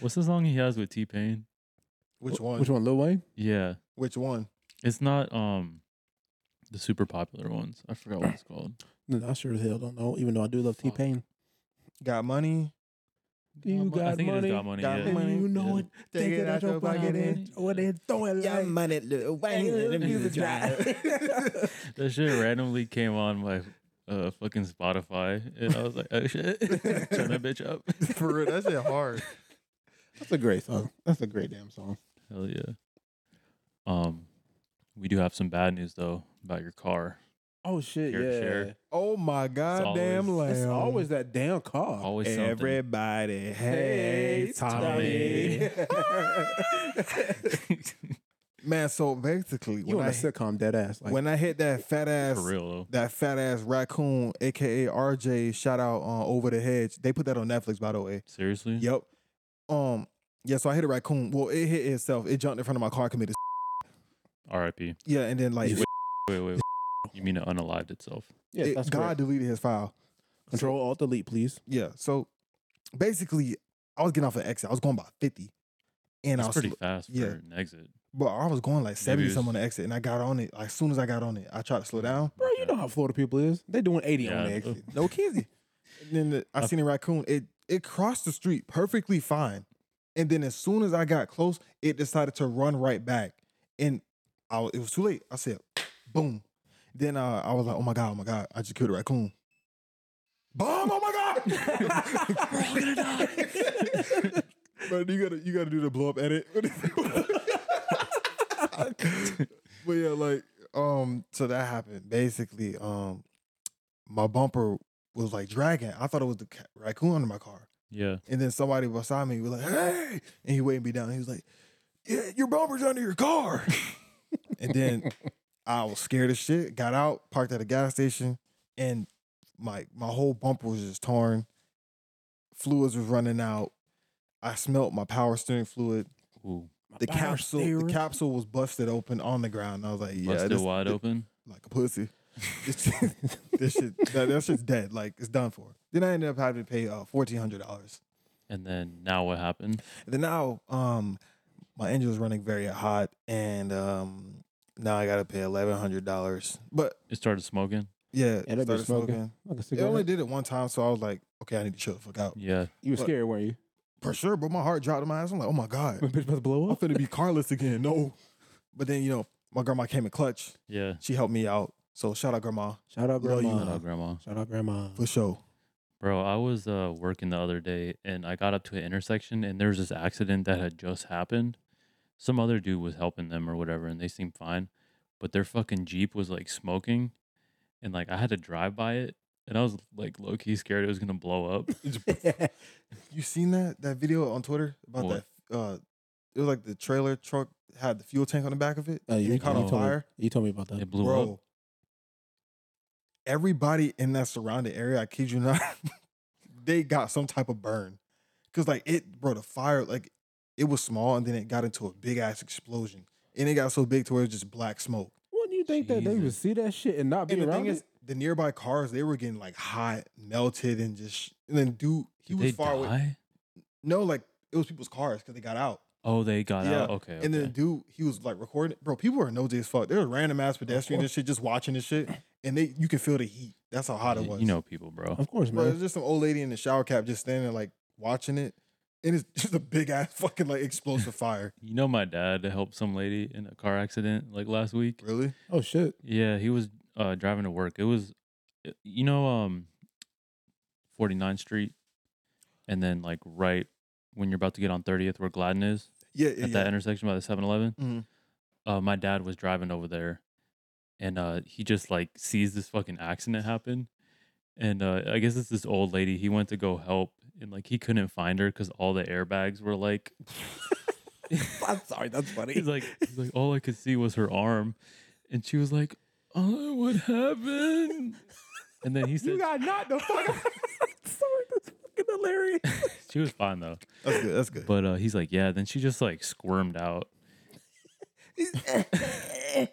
Speaker 1: What's the song he has with T Pain?
Speaker 4: Which
Speaker 2: Wh-
Speaker 4: one?
Speaker 2: Which one? Lil Wayne?
Speaker 1: Yeah.
Speaker 4: Which one?
Speaker 1: It's not um the super popular ones. I forgot what it's called.
Speaker 2: No, I sure as hell don't know. Even though I do love T
Speaker 1: Fuck.
Speaker 2: Pain.
Speaker 4: Got money?
Speaker 2: Do you
Speaker 1: Got Mon- I
Speaker 2: got
Speaker 1: think it
Speaker 2: money?
Speaker 1: is got money.
Speaker 4: Got
Speaker 1: yeah.
Speaker 4: Money.
Speaker 2: You know
Speaker 1: Yeah.
Speaker 2: it. Take it out your pocket and throw it in. Throw it
Speaker 3: Your
Speaker 2: like
Speaker 3: money, little Wayne, the music drive.
Speaker 1: That shit randomly came on my uh fucking Spotify, and I was like, oh shit, turn that bitch up.
Speaker 4: For real, that shit hard.
Speaker 2: That's a great song. That's a great damn song.
Speaker 1: Hell yeah. Um, we do have some bad news though about your car.
Speaker 2: Oh shit!
Speaker 1: Here to
Speaker 2: yeah,
Speaker 1: share.
Speaker 4: Oh my goddamn lamb.
Speaker 2: it's always that damn car.
Speaker 1: Always something.
Speaker 4: Everybody hates Tommy. Man, so basically,
Speaker 2: you
Speaker 4: when
Speaker 2: on a
Speaker 4: I,
Speaker 2: sitcom, dead ass. Like,
Speaker 4: when I hit that fat ass,
Speaker 1: For real though.
Speaker 4: that fat ass raccoon, aka RJ, shout out uh, over the hedge. They put that on Netflix, by the way.
Speaker 1: Seriously.
Speaker 4: Yep. Um. Yeah. So I hit a raccoon. Well, it hit itself. It jumped in front of my car, committed.
Speaker 1: R.I.P.
Speaker 4: Yeah, and then like
Speaker 1: You
Speaker 4: it,
Speaker 1: Wait, wait. wait. You mean it unalived itself?
Speaker 2: yeah, that's
Speaker 4: God
Speaker 2: God.
Speaker 4: deleted his file.
Speaker 2: Control Alt Delete, please.
Speaker 4: Yeah. So basically, I was getting off an exit. I was going about fifty, and I
Speaker 1: That's
Speaker 4: was
Speaker 1: pretty fast for
Speaker 4: yeah.
Speaker 1: an exit.
Speaker 4: Bro, I was going like 70
Speaker 1: it was-
Speaker 4: something on the exit, and I got on it. Like, as soon as I got on it, I tried to slow down.
Speaker 2: Bro, you know how Florida people is. They doing eighty
Speaker 1: Yeah.
Speaker 2: on the exit.
Speaker 4: No kizzy. and then the, I
Speaker 1: I-
Speaker 4: seen a raccoon. It it crossed the street perfectly fine, and then as soon as I got close, it decided to run right back, and I wa- it was too late. I said, boom. Then uh, I was like, oh my god, oh my god, I just killed a raccoon. Bomb! Oh my god! We're all gonna die. But you gotta you gotta do the blow up edit. but yeah, like um, so that happened. Basically, um, my bumper was like dragging. I thought it was the ca- raccoon under my car.
Speaker 1: Yeah.
Speaker 4: And then somebody beside me was like, hey. And he waved me down. He was like, yeah, your bumper's under your car. and then I was scared as shit, got out, parked at a gas station, and my my whole bumper was just torn. fluids was running out. I smelt my power steering fluid.
Speaker 1: Ooh,
Speaker 4: The capsule, the capsule was busted open on the ground. I was like, yeah,
Speaker 1: busted
Speaker 4: this-
Speaker 1: wide
Speaker 4: thi-
Speaker 1: open.
Speaker 4: like a pussy. this shit, this shit that, that shit's dead. Like it's done for. Then I ended up having to pay uh, fourteen hundred dollars.
Speaker 1: And then now what happened?
Speaker 4: Then now, um, my engine was running very hot, and um, now I gotta pay eleven hundred dollars. But
Speaker 1: It started smoking.
Speaker 2: Yeah,
Speaker 4: yeah,
Speaker 2: that'd be
Speaker 4: started
Speaker 2: smoking.
Speaker 4: It only did it one time, so I was like, okay, I need to chill the fuck out
Speaker 1: Yeah.
Speaker 2: you were
Speaker 4: but-
Speaker 2: scared, weren't you?
Speaker 4: for sure. But my heart dropped in my ass. I'm like, oh my god,
Speaker 2: My bitch about to blow
Speaker 4: I'm
Speaker 2: up.
Speaker 4: finna be carless again. No, but then you know, my grandma came in clutch.
Speaker 1: Yeah.
Speaker 4: She helped me out. So shout out grandma
Speaker 2: Shout out
Speaker 4: Love you,
Speaker 1: Shout
Speaker 2: grandma.
Speaker 1: out, grandma.
Speaker 2: Shout out grandma.
Speaker 4: for sure.
Speaker 1: Bro, I was uh, working the other day and I got up to an intersection and there was this accident that had just happened. Some other dude was helping them or whatever and they seemed fine, but their fucking Jeep was like smoking and like I had to drive by it and I was like low key scared it was gonna blow up.
Speaker 4: You seen that that video on Twitter about
Speaker 1: What?
Speaker 4: that? Uh, it was like the trailer truck had the fuel tank on the back of it.
Speaker 2: Oh,
Speaker 4: and
Speaker 2: you,
Speaker 4: it caught
Speaker 2: you
Speaker 4: on
Speaker 2: told me,
Speaker 4: fire,
Speaker 2: you told me about that.
Speaker 1: It blew
Speaker 4: bro.
Speaker 1: up.
Speaker 4: Everybody in that surrounding area, I kid you not, they got some type of burn because like it, bro. The fire, like it was small, and then it got into a big ass explosion, and it got so big to where it was just black smoke.
Speaker 2: Wouldn't you think that they would
Speaker 1: Jesus.
Speaker 2: see that shit and not be
Speaker 4: And the
Speaker 2: around
Speaker 4: thing
Speaker 2: it?
Speaker 4: is, the nearby cars they were getting like hot, melted, and just. And then dude, he
Speaker 1: Did
Speaker 4: was
Speaker 1: they
Speaker 4: far away.
Speaker 1: die?
Speaker 4: No, like it was people's cars because they got out.
Speaker 1: Oh, they got
Speaker 4: Yeah,
Speaker 1: out. Okay.
Speaker 4: And then the
Speaker 1: okay.
Speaker 4: dude, he was like recording. it. Bro, people are nosy as fuck. They're random ass pedestrians and shit, just watching this shit, and they you can feel the heat. That's how hot it
Speaker 1: Y-
Speaker 4: was.
Speaker 1: You know people, bro.
Speaker 2: of course,
Speaker 4: bro,
Speaker 2: man.
Speaker 4: there's just some old lady in the shower cap just standing there, like watching it, and it's just a big ass fucking like explosive fire.
Speaker 1: You know my dad helped some lady in a car accident like last week.
Speaker 4: Really?
Speaker 2: Oh shit.
Speaker 1: Yeah, he was uh, driving to work. It was, uh, you know, um, 49th Street, and then like right when you're about to get on 30th, where Gladden is
Speaker 4: Yeah, yeah.
Speaker 1: at
Speaker 4: yeah.
Speaker 1: that intersection by the 7-Eleven.
Speaker 4: Mhm.
Speaker 1: Uh, my dad was driving over there, and uh, he just like sees this fucking accident happen, and uh, I guess it's this old lady. He went to go help, and like he couldn't find her because all the airbags were like
Speaker 2: I'm sorry, that's funny.
Speaker 1: He's like, he's like, all I could see was her arm, and she was like, "Oh, what happened?" And then he said,
Speaker 2: got not the fuck. sorry, that's fucking hilarious.
Speaker 1: "She was fine though."
Speaker 4: That's good. That's good.
Speaker 1: But uh, he's like, "Yeah." Then she just like squirmed out.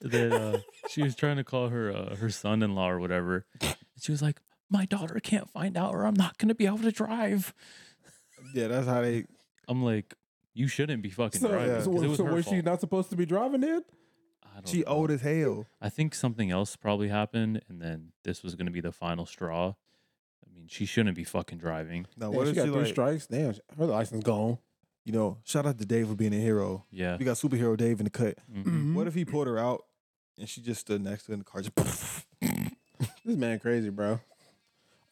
Speaker 1: Then uh, she was trying to call her uh, her son-in-law or whatever. And she was like, "My daughter can't find out, or I'm not gonna be able to drive."
Speaker 4: yeah, that's how they.
Speaker 1: I'm like, "You shouldn't be fucking
Speaker 2: So,
Speaker 1: driving."
Speaker 4: yeah.
Speaker 1: 'cause it
Speaker 2: so,
Speaker 1: was
Speaker 2: so
Speaker 1: her
Speaker 2: was she
Speaker 1: fault."
Speaker 2: not supposed to be driving then?
Speaker 1: I don't
Speaker 4: She
Speaker 1: know.
Speaker 4: old as hell.
Speaker 1: I think something else probably happened, and then this was gonna be the final straw. I mean, she shouldn't be fucking driving.
Speaker 4: Now
Speaker 2: Damn,
Speaker 4: what
Speaker 2: she
Speaker 4: if
Speaker 2: got
Speaker 4: she
Speaker 2: three
Speaker 4: like?
Speaker 2: strikes. Damn, her license gone.
Speaker 4: You know, shout out to Dave for being a hero.
Speaker 1: Yeah.
Speaker 4: We got superhero Dave in the cut.
Speaker 2: Mm-hmm.
Speaker 1: Mhm.
Speaker 4: What if he pulled her out and she just stood next to him and the car just
Speaker 2: This man crazy, bro.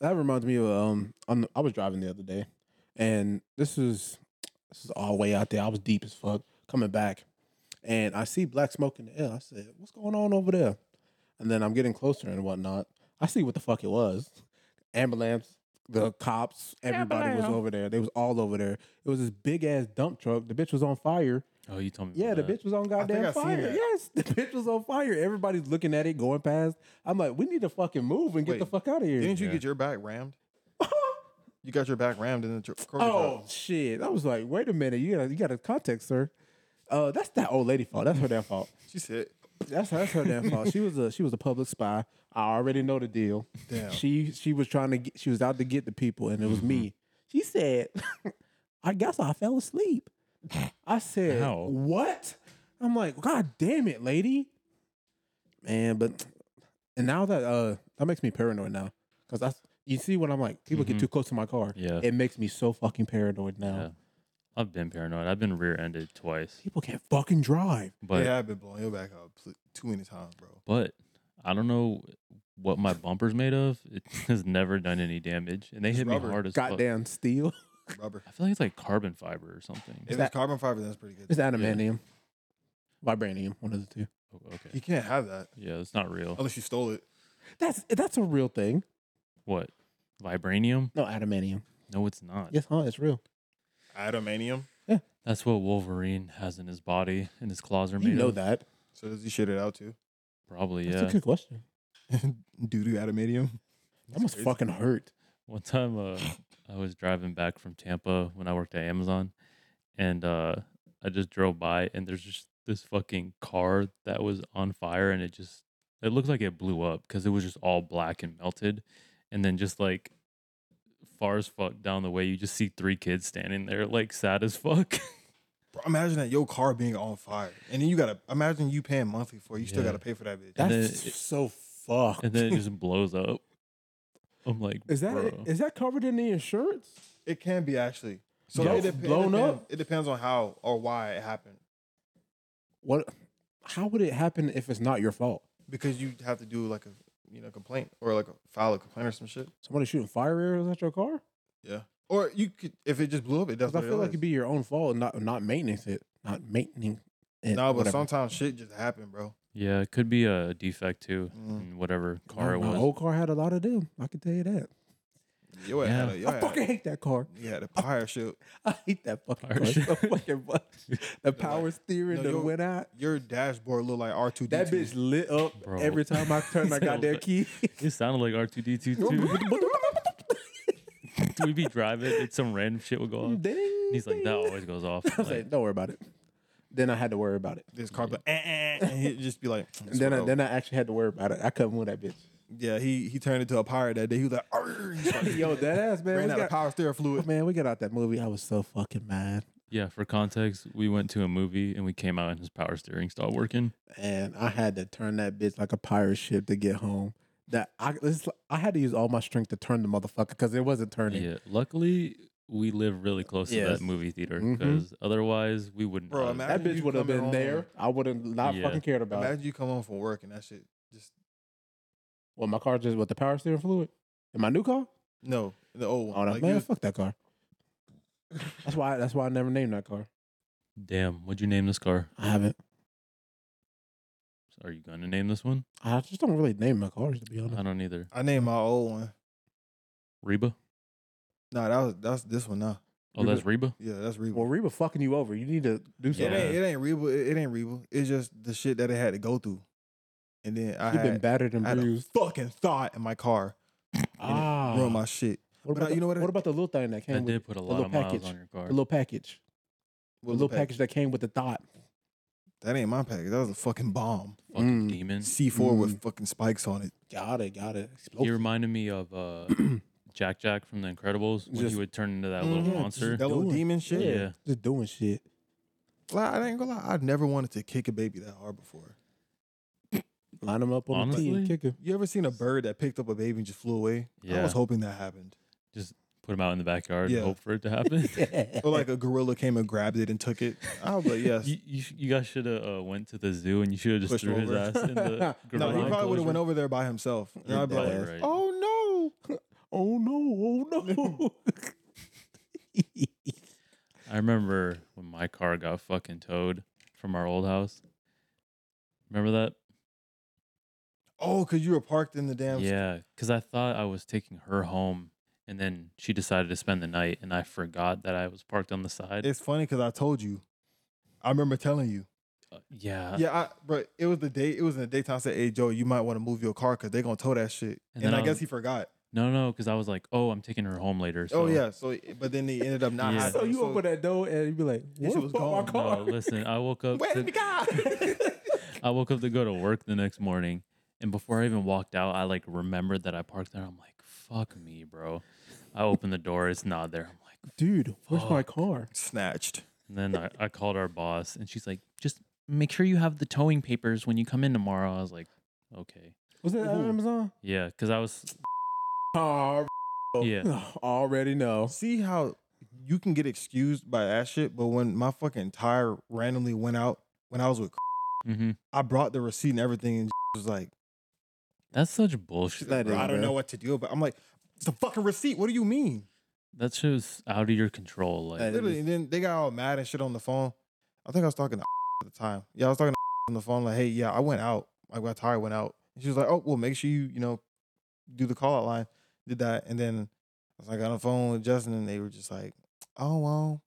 Speaker 2: That reminds me of um, I'm, I was driving the other day, and this is this is all way out there. I was deep as fuck coming back, and I see black smoke in the air. I said, "What's going on over there?" And then I'm getting closer and whatnot. I see what the fuck it was. Ambulance, the cops, everybody was over there. They was all over there. It was this big ass dump truck. The bitch was on fire.
Speaker 1: Oh, you told me.
Speaker 2: Yeah, the
Speaker 1: about that.
Speaker 2: bitch was on goddamn
Speaker 4: I seen
Speaker 2: fire.
Speaker 4: that.
Speaker 2: Yes, the bitch was on fire. Everybody's looking at it, going past. I'm like, we need to fucking move and get the
Speaker 4: Wait,
Speaker 2: fuck out of here.
Speaker 4: Didn't you
Speaker 1: Yeah.
Speaker 4: get your back rammed? you got your back rammed in the tr- car.
Speaker 2: oh shit! I was like, wait a minute, you got you got a context, sir. Uh, that's that old lady fault. That's her damn fault.
Speaker 4: She said,
Speaker 2: That's that's her damn fault. She was a she was a public spy. I already know the deal.
Speaker 4: Damn.
Speaker 2: She she was trying to get she was out to get the people, and it was
Speaker 1: Mm-hmm.
Speaker 2: me. She said, "I guess I fell asleep." I said,
Speaker 1: How?
Speaker 2: "What?" I'm like, "God damn it, lady!" Man, but and now that uh that makes me paranoid now because I you see when I'm like people get
Speaker 1: Mhm.
Speaker 2: too close to my car,
Speaker 1: Yeah.
Speaker 2: it makes me so fucking paranoid now.
Speaker 1: Yeah. I've been paranoid. I've been rear-ended twice,
Speaker 2: People can't fucking drive.
Speaker 1: but
Speaker 4: "Yeah, I've been blowing your back up pl- too many times, bro."
Speaker 1: but I don't know what my bumper's made of. It has never done any damage, and they
Speaker 4: It's
Speaker 1: hit
Speaker 4: rubber.
Speaker 1: me hard as fuck.
Speaker 2: Goddamn steel.
Speaker 4: Rubber.
Speaker 1: I feel like it's like carbon fiber or something.
Speaker 4: If
Speaker 2: that-
Speaker 4: it's carbon fiber, that's pretty good.
Speaker 2: It's adamantium, vibranium, one of the two.
Speaker 1: Oh,
Speaker 4: You
Speaker 1: okay.
Speaker 4: can't have that
Speaker 1: Yeah, it's not
Speaker 2: Oh.
Speaker 1: real.
Speaker 4: unless you stole it.
Speaker 2: That's that's a real thing.
Speaker 1: What? Vibranium?
Speaker 2: No, adamantium.
Speaker 1: No, it's not.
Speaker 2: Yes, huh? It's real.
Speaker 4: Adamantium.
Speaker 1: That's what Wolverine has in his body, and his claws are made
Speaker 2: You know
Speaker 1: of.
Speaker 2: that.
Speaker 4: So does he shit it out too?
Speaker 1: Probably,
Speaker 2: That's
Speaker 1: yeah.
Speaker 2: a good question.
Speaker 4: Doo doo adamantium.
Speaker 2: That must
Speaker 4: crazy.
Speaker 2: fucking hurt.
Speaker 1: One time, uh, I was driving back from Tampa when I worked at Amazon, and uh, I just drove by, and there's just this fucking car that was on fire, and it just it looked like it blew up because it was just all black and melted, and then just like far as fuck down the way, you just see three kids standing there like sad as fuck.
Speaker 4: Bro, imagine that your car being on fire, and then you gotta imagine you paying monthly for it. You still
Speaker 1: Yeah.
Speaker 4: gotta pay for that bitch.
Speaker 1: And
Speaker 2: That's
Speaker 1: then it-
Speaker 2: so fucked.
Speaker 1: and then it just blows up. I'm like,
Speaker 2: Is that
Speaker 1: bro.
Speaker 2: is that covered in the insurance?
Speaker 4: It can be actually. So
Speaker 2: Yeah,
Speaker 4: it dep- it
Speaker 2: blown
Speaker 4: depends-
Speaker 2: up.
Speaker 4: It depends on how or why it happened
Speaker 2: What? How would it happen if it's not your fault?
Speaker 4: because you have to do like a you know complaint or like a file a complaint or some shit.
Speaker 2: Somebody shooting fire arrows at your car?
Speaker 4: Yeah. Or you could if it just blew up, it
Speaker 2: 'Cause I
Speaker 4: definitely.
Speaker 2: feel like it'd be your own fault, and not not maintenance it, not maintaining it.
Speaker 4: No, nah, but
Speaker 2: whatever.
Speaker 4: sometimes shit just happened, bro.
Speaker 1: yeah, it could be a defect too
Speaker 4: Mm.
Speaker 1: in whatever
Speaker 2: No,
Speaker 1: car it
Speaker 2: my
Speaker 1: was.
Speaker 2: old car had a lot of them. I can tell you that.
Speaker 4: Yo, yeah. had
Speaker 1: Yeah.
Speaker 4: a, yo,
Speaker 2: I
Speaker 4: had,
Speaker 2: fucking hate that car.
Speaker 4: you had a pyre shit.
Speaker 2: I hate that fucking
Speaker 1: Fire
Speaker 2: car.
Speaker 1: shit.
Speaker 2: So fucking much. The power steering
Speaker 4: no,
Speaker 2: that
Speaker 4: yo-
Speaker 2: went out.
Speaker 4: Your dashboard looked like R two D
Speaker 2: That bitch
Speaker 4: two.
Speaker 2: lit up
Speaker 1: Bro.
Speaker 2: every time I turned my goddamn key.
Speaker 1: It sounded like R two D two too. We'd be driving, and some random shit would go off. And
Speaker 2: Ding,
Speaker 1: he's like,
Speaker 2: ding.
Speaker 1: that always goes off.
Speaker 2: I was
Speaker 1: Like,
Speaker 2: like, don't worry about it. Then I had to worry about it.
Speaker 4: This car, but eh, and he'd just be like.
Speaker 2: And then I, then I actually had to worry about it. I couldn't move that bitch.
Speaker 4: yeah, he he turned into a pirate that day. He was like, "Arr," he's like,
Speaker 2: Yo, that ass man.
Speaker 4: ran
Speaker 2: we
Speaker 4: out
Speaker 2: got-
Speaker 4: of power steering fluid.
Speaker 2: man, we got out that movie. I was so fucking mad,
Speaker 1: yeah, for context, we went to a movie and we came out and his power steering stopped working.
Speaker 2: and I had to turn that bitch like a pirate ship to get home. That I it's, like- I had to use all my strength to turn the motherfucker because it wasn't turning.
Speaker 1: Yeah, luckily we live really close to
Speaker 2: Yes.
Speaker 1: that movie theater
Speaker 2: Mhm.
Speaker 1: because otherwise we wouldn't.
Speaker 4: Bro,
Speaker 1: have-
Speaker 4: imagine-
Speaker 2: That bitch
Speaker 4: you
Speaker 2: would have
Speaker 4: coming
Speaker 2: been there.
Speaker 4: home.
Speaker 2: I would have not
Speaker 1: Yeah.
Speaker 2: fucking cared about it.
Speaker 4: Imagine you come home from work and that shit just
Speaker 2: Well, my car just with the power steering fluid. In my new car?
Speaker 4: no the old
Speaker 2: Oh
Speaker 4: one.
Speaker 2: no,
Speaker 4: Like,
Speaker 2: man,
Speaker 4: you-
Speaker 2: fuck that car. That's why. That's why I never named that car.
Speaker 1: damn, what'd you name this car?
Speaker 2: I haven't.
Speaker 1: Are you gonna name this one?
Speaker 2: I just don't really name my cars to be honest.
Speaker 1: I don't either.
Speaker 4: I named my old one.
Speaker 1: Reba.
Speaker 4: No, that was that's this one now.
Speaker 1: Oh, that's Reba.
Speaker 4: Yeah, that's Reba.
Speaker 2: Well, Reba fucking you over. You need to do
Speaker 4: It
Speaker 2: something.
Speaker 1: Yeah.
Speaker 4: ain't it ain't Reba. It, it ain't Reba. It's just the shit that it had to go through. And then I
Speaker 2: You've been
Speaker 4: had,
Speaker 2: battered and
Speaker 4: I had a
Speaker 2: bruised.
Speaker 4: fucking thought in my car.
Speaker 2: Ah,
Speaker 4: Ruined my shit.
Speaker 2: what
Speaker 4: but
Speaker 2: about
Speaker 4: I- you
Speaker 2: the,
Speaker 4: know what I-
Speaker 2: What about the little thing that came?
Speaker 1: That
Speaker 2: with
Speaker 1: did put a lot
Speaker 2: little
Speaker 1: of miles
Speaker 2: package.
Speaker 1: on your car.
Speaker 2: the little package? The
Speaker 4: What was
Speaker 2: little
Speaker 4: the pack-
Speaker 2: package that came with the thought.
Speaker 4: That ain't my package. That was a fucking bomb.
Speaker 1: Fucking
Speaker 2: Mm.
Speaker 1: demon.
Speaker 4: C4 with fucking spikes on it.
Speaker 2: Got it. Got it.
Speaker 1: He
Speaker 2: Explosive.
Speaker 1: reminded me of uh, Jack Jack from The Incredibles when
Speaker 2: Just-
Speaker 1: he would turn into that little
Speaker 4: Mhm.
Speaker 1: monster.
Speaker 4: That little
Speaker 2: Doing
Speaker 4: demon shit.
Speaker 1: Yeah.
Speaker 2: Just doing shit.
Speaker 4: Like, I ain't gonna lie. I never wanted to kick a baby that hard before.
Speaker 2: Line them up on the tee and
Speaker 1: Honestly?
Speaker 2: kick him.
Speaker 4: You ever seen a bird that picked up a baby and just flew away? I
Speaker 1: Yeah.
Speaker 4: was hoping that happened.
Speaker 1: Put him out in the backyard
Speaker 4: Yeah.
Speaker 1: and hope for it to happen.
Speaker 4: Or like a gorilla came and grabbed it and took it. I was like, yes.
Speaker 1: you, you, sh- you guys should have uh, went to the zoo and you should have just
Speaker 4: Pushed
Speaker 1: threw
Speaker 4: him
Speaker 1: his
Speaker 4: over.
Speaker 1: ass in the
Speaker 4: no,
Speaker 1: gorilla
Speaker 4: he probably would have went
Speaker 1: enclosure.
Speaker 4: over there by himself. And I'd be
Speaker 2: Yeah,
Speaker 1: Probably right.
Speaker 4: like,
Speaker 2: Oh no! Oh no! Oh no!
Speaker 1: I remember when my car got fucking towed from our old house. Remember that?
Speaker 4: oh, because you were parked in the damn.
Speaker 1: Yeah, because I thought I was taking her home, and then she decided to spend the night, and I forgot that I was parked on the side.
Speaker 4: It's funny because I told you. I remember telling you.
Speaker 1: Uh, yeah,
Speaker 4: Yeah, I, bro, it was the day. It was in the daytime. I said, "Hey, Joe, you might want to move your car because they're gonna tow that shit."
Speaker 1: And
Speaker 4: And,
Speaker 1: then
Speaker 4: I,
Speaker 1: I
Speaker 4: guess
Speaker 1: was-
Speaker 4: he forgot.
Speaker 1: No, no, because I was like, oh, I'm taking her home later. So.
Speaker 4: oh yeah. So, but then he ended up not.
Speaker 1: Yeah.
Speaker 4: having
Speaker 2: so
Speaker 4: it,
Speaker 2: you open that door and you be like,
Speaker 4: That
Speaker 2: "What
Speaker 4: shit was
Speaker 2: about my car?"
Speaker 1: No, listen, I woke up.
Speaker 4: Where's
Speaker 1: to-
Speaker 4: the guy?
Speaker 1: I woke up to go to work the next morning, and before I even walked out, I like remembered that I parked there. I'm like, fuck me, bro. I opened the door, it's not there. I'm like,
Speaker 2: Dude, where's my car?
Speaker 4: Snatched.
Speaker 1: and then I, I called our boss, and she's like, just make sure you have the towing papers when you come in tomorrow. I was like, okay,
Speaker 2: Was it
Speaker 4: Ooh.
Speaker 2: Amazon?
Speaker 1: yeah, because I was,
Speaker 2: Oh,
Speaker 1: yeah,
Speaker 2: already know.
Speaker 4: See how you can get excused by that shit, but when my fucking tire randomly went out when I was with,
Speaker 1: hmm
Speaker 4: I brought the receipt and everything, and was like,
Speaker 1: that's such
Speaker 4: she's
Speaker 1: bullshit.
Speaker 4: like,
Speaker 2: That
Speaker 4: "Bro,
Speaker 2: is,
Speaker 4: "I don't
Speaker 2: bro.
Speaker 4: know what to do," but I'm like, "It's a fucking receipt. What do you mean?"
Speaker 1: That shit's out of your control. Like,
Speaker 2: That-
Speaker 4: Literally, and then they got all mad and shit on the phone. I think I was talking to at the time. Yeah, I was talking to on the phone, like, hey, yeah, I went out. Like my tire went out. And she was like, Oh, well, make sure you, you know, do the call out line. Did that. And then I was like on the phone with Justin and they were just like, Oh well,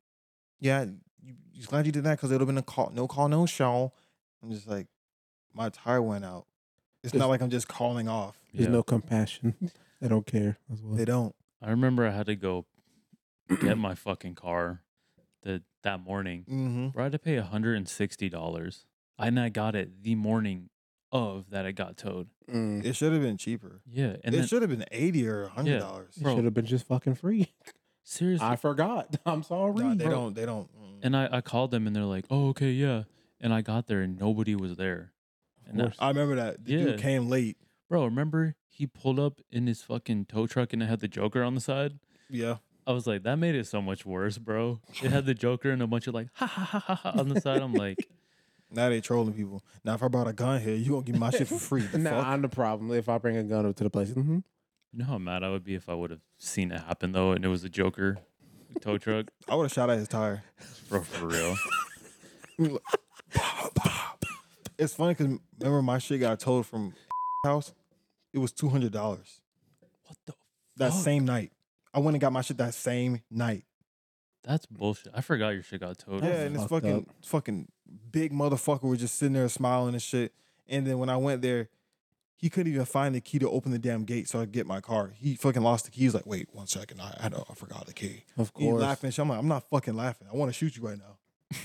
Speaker 4: yeah, you you glad you did that because it would have been a call no call, no show. I'm just like, my tire went out. It's
Speaker 2: Just-
Speaker 4: not like I'm just calling off.
Speaker 2: There's
Speaker 1: yeah.
Speaker 2: no compassion. They don't care as well.
Speaker 4: They don't.
Speaker 1: I remember I had to go get my fucking car that that morning.
Speaker 4: Mm-hmm.
Speaker 1: Bro, I had to pay $160. And I got it the morning of that it got towed.
Speaker 2: Mm.
Speaker 4: It should have been cheaper.
Speaker 1: Yeah. And
Speaker 4: it
Speaker 1: then,
Speaker 4: should have been eighty or hundred dollars.
Speaker 1: Bro.
Speaker 2: Should have been just fucking free.
Speaker 1: seriously.
Speaker 2: I forgot. I'm sorry.
Speaker 4: Nah, they
Speaker 2: bro.
Speaker 4: don't. They don't. mm.
Speaker 1: and I, I called them and they're like, oh, okay, yeah. And I got there and nobody was there. And that,
Speaker 2: course.
Speaker 4: I remember that the
Speaker 1: Yeah.
Speaker 4: dude came late.
Speaker 1: bro, remember he pulled up in his fucking tow truck and it had the Joker on the side?
Speaker 4: Yeah,
Speaker 1: I was like, that made it so much worse, bro. It had the Joker and a bunch of like, ha ha ha ha, ha on the side. I'm like,
Speaker 4: now they trolling people. Now if I brought a gun here, you gonna give me my shit for free? The
Speaker 2: Nah,
Speaker 4: fuck?
Speaker 2: I'm the problem. If I bring a gun up to the place, hmm
Speaker 1: you know how mad I would be if I would have seen it happen though and it was a Joker tow truck?
Speaker 4: I would have shot at his tire.
Speaker 1: Bro, for real.
Speaker 4: It's funny because remember my shit got towed from house. It was two hundred dollars
Speaker 1: What the?
Speaker 4: that
Speaker 1: Fuck.
Speaker 4: same night. I went and got my shit that same night.
Speaker 1: That's bullshit. I forgot your shit got towed.
Speaker 4: Yeah, and this
Speaker 2: fucked
Speaker 4: fucking fucking big motherfucker was just sitting there smiling and shit. And then when I went there, he couldn't even find the key to open the damn gate so I could get my car. He fucking lost the key. He's like, wait one second, I I, know, I forgot the key.
Speaker 2: of
Speaker 4: He
Speaker 2: course.
Speaker 4: laughing. and shit. I'm like, I'm not fucking laughing. I want to shoot you right now.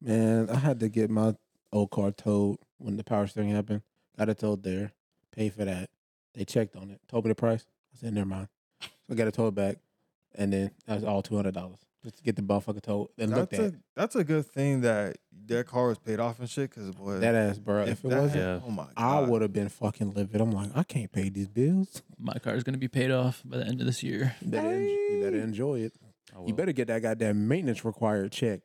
Speaker 2: Man, I had to get my old car towed when the power steering happened. Got it towed there. Paid for that. They checked on it. Told me the price. I said, never mind. So I got it towed back. And then that was all two hundred dollars. Just to get the motherfucker towed and looked
Speaker 4: That's
Speaker 2: at.
Speaker 4: a that's a good thing that their car was paid off and shit. Because boy,
Speaker 2: That ass, bro. If, it
Speaker 4: that-
Speaker 2: wasn't,
Speaker 1: Yeah.
Speaker 4: oh my god,
Speaker 2: I would have been fucking livid. I'm like, I can't pay these bills.
Speaker 1: My car's going to be paid off by the end of this year.
Speaker 2: You better, en- you better enjoy it.
Speaker 1: I
Speaker 2: You
Speaker 1: will.
Speaker 2: better get that goddamn maintenance required check.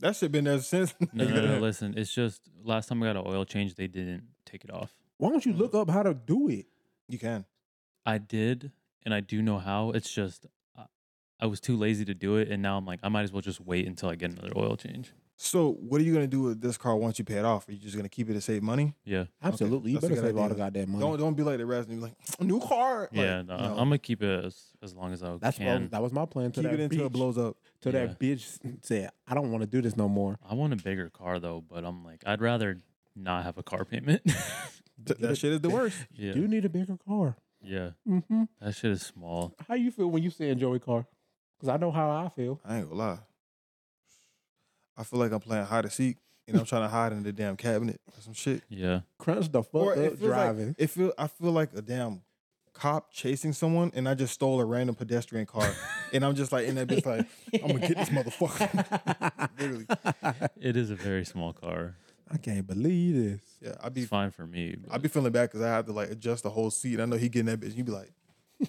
Speaker 4: That shit been there since.
Speaker 1: No, no, no, listen. It's just last time I got an oil change, they didn't take it off.
Speaker 2: Why don't you look up how to do it?
Speaker 4: You can.
Speaker 1: I did, and I do know how. It's just I, I was too lazy to do it, and now I'm like, I might as well just wait until I get another oil change.
Speaker 4: So what are you gonna do with this car once you pay it off? Are you just gonna keep it to save money?
Speaker 1: Yeah,
Speaker 2: Absolutely. you
Speaker 4: that's a
Speaker 2: better
Speaker 4: good
Speaker 2: save all the
Speaker 4: idea.
Speaker 2: goddamn money.
Speaker 4: Don't don't be like the rest and be like new car. Like,
Speaker 1: yeah. No, I'm
Speaker 4: no.
Speaker 1: gonna keep it as, as long as I
Speaker 2: That's what I was,
Speaker 1: can.
Speaker 2: that was my plan. till
Speaker 4: keep it
Speaker 2: that
Speaker 4: until
Speaker 2: bitch-
Speaker 4: it blows up.
Speaker 2: till that bitch said, "I don't want to do this no more."
Speaker 1: I want a bigger car though, but I'm like, I'd rather not have a car payment.
Speaker 4: Th- that shit is the worst.
Speaker 1: yeah,
Speaker 2: You need a bigger car.
Speaker 1: yeah.
Speaker 2: Mm-hmm.
Speaker 1: That shit is small.
Speaker 2: How you feel when you see Joey car? Because I know how I feel.
Speaker 4: I ain't gonna lie. I feel like I'm playing hide and seek, and I'm trying to hide in the damn cabinet or some shit.
Speaker 1: Yeah,
Speaker 2: Crunch the fuck
Speaker 4: Or it
Speaker 2: up
Speaker 4: feels like
Speaker 2: driving.
Speaker 4: it feel. I feel like a damn cop chasing someone, and I just stole a random pedestrian car, and I'm just like in that bitch like I'm gonna get this motherfucker. Literally,
Speaker 1: it is a very small car.
Speaker 2: I can't believe this.
Speaker 4: yeah. I'd
Speaker 1: It's
Speaker 4: be
Speaker 1: fine for me. but-
Speaker 4: I'd be feeling bad because I have to like adjust the whole seat. I know he getting that bitch. You be like,